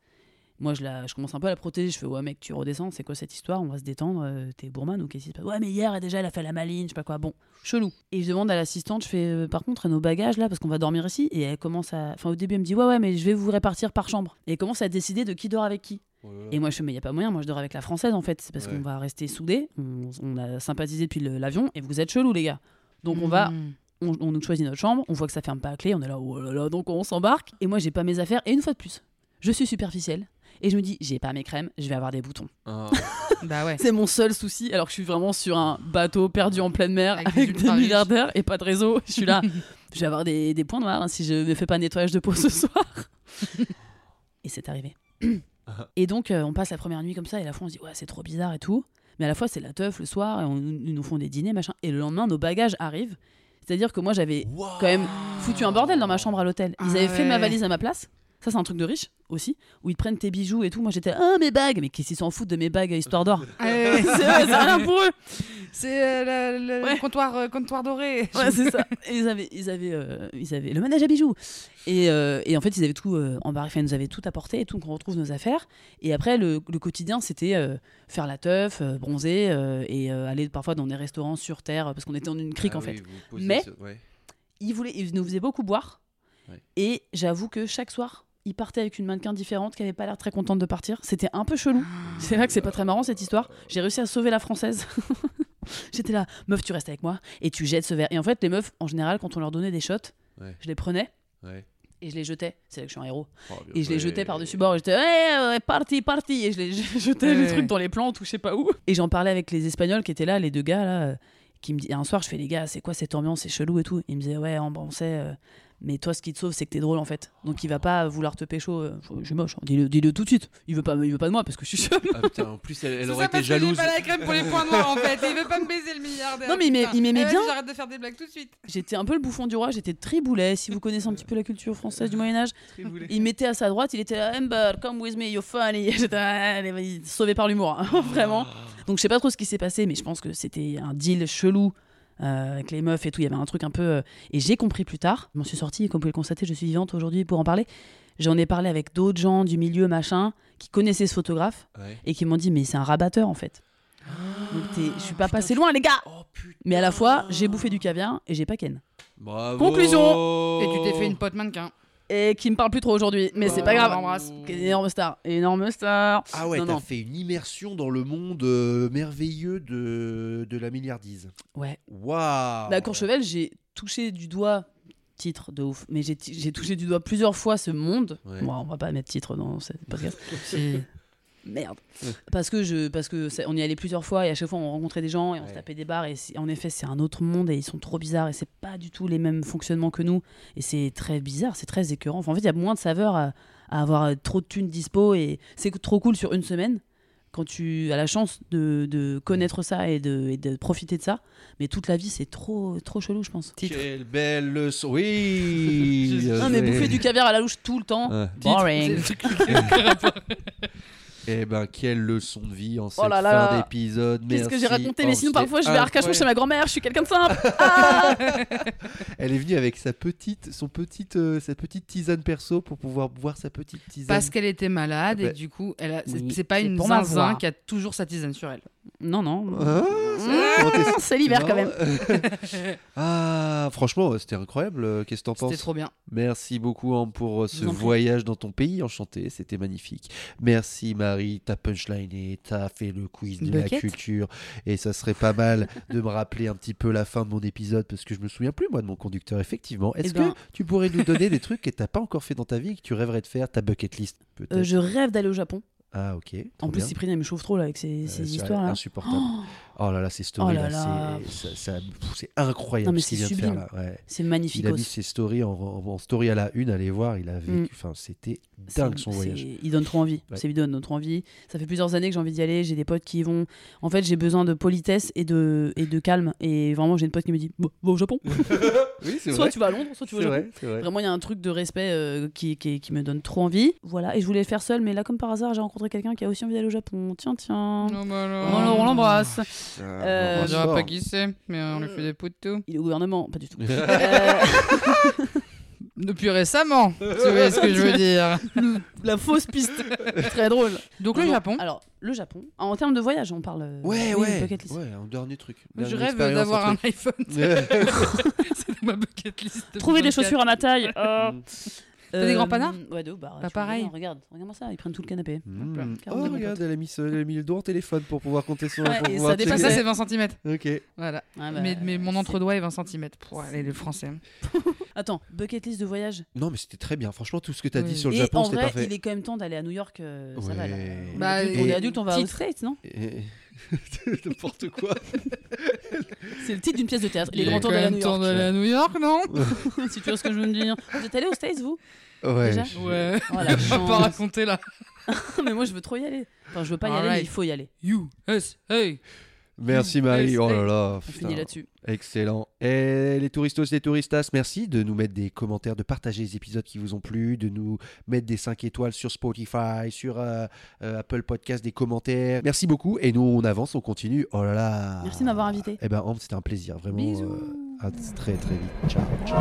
S2: Moi, je, la, je commence un peu à la protéger. Je fais Ouais, mec, tu redescends, c'est quoi cette histoire On va se détendre, euh, t'es bourman ou qu'est-ce qui se passe Ouais, mais hier, déjà, elle a fait la maline, je sais pas quoi. Bon, chelou. Et je demande à l'assistante, je fais euh, par contre à nos bagages là parce qu'on va dormir ici et elle commence à enfin au début elle me dit ouais ouais mais je vais vous répartir par chambre et elle commence à décider de qui dort avec qui.
S1: Oh
S2: Et moi je fais mais il y a pas moyen, moi je dors avec la française en fait, c'est parce
S1: Ouais.
S2: qu'on va rester soudés, on, on a sympathisé depuis le- l'avion et vous êtes chelous les gars. Donc on va *laughs*
S3: Mm.
S2: on, on nous choisit notre chambre, on voit que ça ferme pas à clé, on est là oh là là donc on s'embarque et moi j'ai pas mes affaires et une fois de plus, je suis superficielle et je me dis j'ai pas mes crèmes, je vais avoir des boutons. *laughs*
S1: Ah,
S3: Bah ouais.
S2: C'est mon seul souci, alors que je suis vraiment sur un bateau perdu en pleine mer
S3: Avec
S2: avec,
S3: des
S2: des
S3: ultra riches.
S2: milliardaires et pas de réseau. Je suis là, je vais avoir des, des points noirs hein, si je ne fais pas nettoyage de peau ce soir. et c'est arrivé. et donc, euh, on passe la première nuit comme ça, et à la fois on se dit, ouais, c'est trop bizarre et tout. Mais à la fois, c'est la teuf le soir, et on, ils nous font des dîners, machin. Et le lendemain, nos bagages arrivent. C'est-à-dire que moi, j'avais quand même foutu un bordel dans ma chambre à l'hôtel. Ils
S3: Ah
S2: avaient fait ma
S3: ouais.
S2: valise à ma place. Ça, c'est un truc de riche aussi, où ils te prennent tes bijoux et tout. Moi, j'étais, ah, mes bagues Mais qu'est-ce qu'ils s'en foutent de mes bagues, euh, histoire
S3: *laughs*
S2: d'or
S3: Ah
S2: c'est
S3: Ouais,
S2: vrai, *laughs* c'est rien pour eux.
S3: C'est euh, le, le
S2: Ouais.
S3: comptoir, euh, comptoir doré.
S2: Ouais, c'est ça. Et ils avaient, ils avaient, euh, ils avaient le manège à bijoux. Et, euh, et en fait, ils avaient tout euh, embarqué. Enfin, ils nous avaient tout apporté et tout. qu'on retrouve nos affaires. Et après, le, le quotidien, c'était euh, faire la teuf, euh, bronzer euh, et euh, aller parfois dans des restaurants sur terre parce qu'on était en une crique
S1: ah,
S2: en fait. Mais- Ils voulaient, ils nous faisaient beaucoup boire.
S1: Ouais.
S2: Et j'avoue que chaque soir, ils partaient avec une mannequin différente qui avait pas l'air très contente de partir. C'était un peu chelou.
S1: Ah.
S2: C'est vrai que c'est pas très marrant cette histoire. J'ai réussi à sauver la française. *laughs* J'étais là, meuf, tu restes avec moi et tu jettes ce verre. Et en fait, les meufs, en général, quand on leur donnait des shots,
S1: Ouais.
S2: je les prenais et je les jetais. C'est là que je suis un héros.
S1: Oh,
S2: Et je les
S1: les
S3: euh,
S2: jetais par-dessus bord. et J'étais, ouais, ouais, parti, parti. Et je les je jetais les
S3: Ouais.
S2: trucs dans les plantes ou je sais pas où. Et j'en parlais avec les Espagnols qui étaient là, les deux gars là, euh, qui me disaient, un soir, je fais, les gars, c'est quoi cette ambiance, c'est chelou et tout. Ils me disaient, ouais, on, on sait, euh, mais toi, ce qui te sauve, c'est que t'es drôle en fait. Donc il va pas vouloir te pécho. euh, je suis moche, hein. dis-le dis-le tout de suite. Il veut, pas, il veut pas de moi parce que je suis *laughs* seule.
S1: Ah putain, en
S2: *laughs*
S1: plus elle, elle
S3: C'est
S1: aurait
S3: ça
S1: été
S3: parce que j'ai
S1: jalouse.
S3: pas la crème pour les points noirs en fait. Il veut pas me baiser le milliardaire.
S2: Non, mais il m'aimait-
S3: putain.
S2: il m'aimait
S3: Eh, vas-y,
S2: bien.
S3: J'arrête de faire des blagues tout de suite.
S2: J'étais un peu le bouffon du roi, j'étais triboulet. Si vous connaissez un petit peu la culture française du Moyen-Âge, il mettait à sa droite, il était là, Amber, come with me, you're funny. *laughs* J'étais, ah, allez, vas-y, sauvé par l'humour, hein, *laughs* vraiment. Donc je sais pas trop ce qui s'est passé, mais je pense que c'était un deal chelou euh, avec les meufs et tout. Il y avait un truc un peu. euh, et j'ai compris plus tard, je m'en suis sortie, et comme vous pouvez le constater, je suis vivante aujourd'hui pour en parler. J'en ai parlé avec d'autres gens du milieu, machin, qui connaissaient ce photographe
S1: Ouais.
S2: et qui m'ont dit, mais c'est un rabatteur en fait. Donc t'es- je suis pas passé loin, les gars!
S1: Oh putain.
S2: Mais à la fois, j'ai bouffé du caviar et j'ai pas Ken.
S1: Bravo.
S2: Conclusion.
S3: Et tu t'es fait
S2: Oh.
S3: une pote mannequin.
S2: et qui me parle plus trop aujourd'hui. Mais c'est
S3: Oh.
S2: pas grave.
S3: On l'embrasse.
S2: Énorme star, énorme star.
S5: Ah ouais,
S2: Non, non.
S5: t'as fait une immersion dans le monde euh, merveilleux de, de la milliardise.
S2: Ouais.
S1: Ah
S5: Waouh
S2: La Courchevel, j'ai touché du doigt titre de ouf, mais j'ai t- j'ai touché du doigt plusieurs fois ce monde.
S1: Ouais.
S2: Bon, on va pas mettre titre dans ce podcast. Merde. Parce que je, parce que ça- on y allait plusieurs fois et à chaque fois on rencontrait des gens et on se
S1: Ouais.
S2: tapait des bars et c'est- en effet c'est un autre monde et ils sont trop bizarres et c'est pas du tout les mêmes fonctionnements que nous et c'est très bizarre, c'est très écœurant. Enfin, en fait, il y a moins de saveur à, à avoir euh, trop de thunes dispo et c'est trop cool sur une semaine quand tu as la chance de, de connaître ça et de, et de profiter de ça. Mais toute la vie c'est trop trop chelou, je pense.
S1: Quelle belle leçon.
S2: *laughs*
S1: Oui.
S2: Non, mais bouffer du caviar à la louche tout le temps.
S1: Ouais.
S2: Boring.
S1: Eh ben, quelle leçon de vie en cette
S2: Oh là là.
S1: fin d'épisode.
S2: Qu'est-ce que j'ai
S1: Merci.
S2: raconté
S1: Oh,
S2: Mais sinon
S1: c'était
S2: parfois je vais à Arcachon chez
S1: incroyable.
S2: ma grand-mère, je suis quelqu'un
S1: *laughs*
S2: de simple.
S1: Elle est venue avec sa petite, son petite, euh, sa petite tisane perso pour pouvoir boire sa petite tisane.
S3: Parce qu'elle était malade
S1: Bah,
S3: et du coup, elle a- c'est
S2: oui,
S3: c'est pas
S2: c'est
S3: une
S2: pour ma
S3: zinzin
S2: voix.
S3: qui a toujours sa tisane sur elle.
S2: Non, non.
S1: Ah, c'est-
S2: Mmh,
S1: t'es-
S2: c'est l'hiver quand même.
S1: marrant. *laughs* ah, franchement, ouais, c'était incroyable. Euh, Qu'est-ce que t'en
S3: C'était
S1: penses
S3: trop bien.
S1: Merci beaucoup Anne pour euh, ce
S2: vous en prie.
S1: voyage dans ton pays enchanté, c'était magnifique. Merci Marie, t'as punchliné, t'as fait le quiz de la
S2: Bucket.
S1: culture et ça serait pas mal *laughs* de me rappeler un petit peu la fin de mon épisode parce que je me souviens plus moi de mon conducteur effectivement. Est-ce
S2: Eh
S1: que
S2: ben-
S1: tu pourrais nous donner des trucs que t'as pas encore fait dans ta vie et que tu rêverais de faire ta bucket list peut-être
S2: Euh, je rêve d'aller au Japon.
S1: Ah ok. trop
S2: en plus,
S1: bien.
S2: Cyprien il me chauffe trop là avec ces,
S1: Euh,
S2: ces
S1: c'est
S2: histoires-là.
S1: insupportable.
S2: Oh,
S1: Oh là là, ces stories
S2: là
S1: là,
S2: là.
S1: c'est- ça- ça- pff, c'est incroyable
S2: Non, mais
S1: ce qu'il vient
S2: c'est
S1: de faire
S2: sublime.
S1: là. ouais.
S2: c'est
S1: Il
S2: magnifique.
S1: a mis ses stories en, en- en story à la une, allez voir, il a vécu.
S2: Mm.
S1: Enfin, c'était dingue
S2: C'est-
S1: son voyage.
S2: c'est- Il donne trop envie.
S1: Ouais.
S2: Ces vidéos donnent trop envie. Ça fait plusieurs années que j'ai envie d'y aller. J'ai des potes qui y vont. En fait, j'ai besoin de politesse et de, et de calme. Et vraiment, j'ai une pote qui me dit Bon, Va au Japon.
S1: Oui, c'est
S2: soit tu vas à Londres, soit tu vas au Japon.
S1: vrai, c'est vrai.
S2: Vraiment, il y a un truc de respect euh, qui, qui, qui me donne trop envie. Voilà, et je voulais le faire seul, mais là, comme par hasard, j'ai rencontré quelqu'un qui a aussi envie d'aller au Japon. Tiens, tiens.
S3: Non,
S2: Bon, alors, on Oh, l'embrasse.
S1: Ah,
S2: Euh,
S3: On
S2: dira
S3: dira
S1: Fort.
S3: pas qui c'est, mais on lui fait des poux de tout.
S2: Il est au gouvernement, pas
S1: *laughs*
S2: du tout. Euh,
S3: Depuis récemment, tu vois ce
S2: *laughs*
S3: que je veux dire.
S2: la fausse piste. *laughs* Très drôle.
S3: Donc le
S2: Non,
S3: Japon,
S2: Alors, le Japon. En termes de voyage, on parle. euh,
S1: Ouais,
S2: oui,
S1: ouais,
S2: bucket list.
S1: ouais, un dernier truc.
S3: je
S1: dernière
S3: rêve
S1: expérience,
S3: d'avoir un
S1: truc.
S3: iPhone. *laughs*
S1: *laughs* Ouais.
S3: C'est ma bucket list. de
S2: Trouver des
S3: 24.
S2: chaussures à ma taille. euh.
S3: *laughs* T'as des grands panards
S2: Ouais, de ouf, bah,
S3: Pas
S2: tu vois
S3: pareil. Mmh.
S2: bien, Regarde, regarde-moi ça, ils prennent tout le canapé.
S1: Mm.
S2: Carrément,
S1: Oh,
S2: mon
S1: regarde, elle a, mis, ce- elle a mis le doigt en téléphone pour pouvoir compter son.
S2: Ouais,
S1: pour
S2: et
S1: pouvoir
S2: ça dépasse-
S3: Ça,
S1: checker.
S3: ça c'est 20 cm.
S1: Ok.
S3: Voilà.
S2: Ouais, bah,
S3: mais, mais mon
S2: c'est-
S3: entre-doigt est 20 cm. Pour aller le français.
S2: Attends, bucket list de voyage.
S1: Non, mais c'était très bien. Franchement, tout ce que t'as
S3: Oui.
S1: dit sur le
S2: Et
S1: Japon,
S2: en
S1: c'était
S2: vrai,
S1: parfait.
S2: il est quand même temps d'aller à New York, euh, ça va là.
S1: Ouais.
S2: On est
S3: Bah,
S2: adulte, on
S1: et-
S2: est adulte, on va aux
S3: titre.
S2: States, non
S1: Et- *laughs* N'importe quoi.
S2: C'est le titre d'une pièce de théâtre. Il est
S3: Il
S2: grand
S3: est
S2: temps
S3: quand
S2: d'aller à
S3: même
S2: New
S3: temps
S2: York.
S3: d'aller à New York, non
S2: *laughs* si tu vois ce que je veux me
S3: *laughs*
S2: dire. Vous êtes allé aux States, vous
S1: Ouais.
S2: Déjà
S1: je-
S3: Ouais.
S2: Oh la
S3: Je vais pas
S2: chance.
S3: raconter là.
S2: *laughs* mais moi, je veux trop y aller. Enfin, je veux pas y aller, mais
S3: Alright.
S2: il faut y aller.
S3: You, us, hey.
S1: Merci Marie. Oh là là.
S2: On
S1: putain.
S2: finit là-dessus.
S1: Excellent. Et les touristos, les touristas, merci de nous mettre des commentaires, de partager les épisodes qui vous ont plu, de nous mettre des 5 étoiles sur Spotify, sur euh, euh, Apple Podcast, des commentaires. Merci beaucoup. Et nous, on avance, on continue. Oh là là.
S2: Merci de m'avoir invité.
S1: Eh ben, Ambre, c'était un plaisir. Vraiment.
S3: Bisous.
S1: euh, à très, très vite. Ciao. ciao.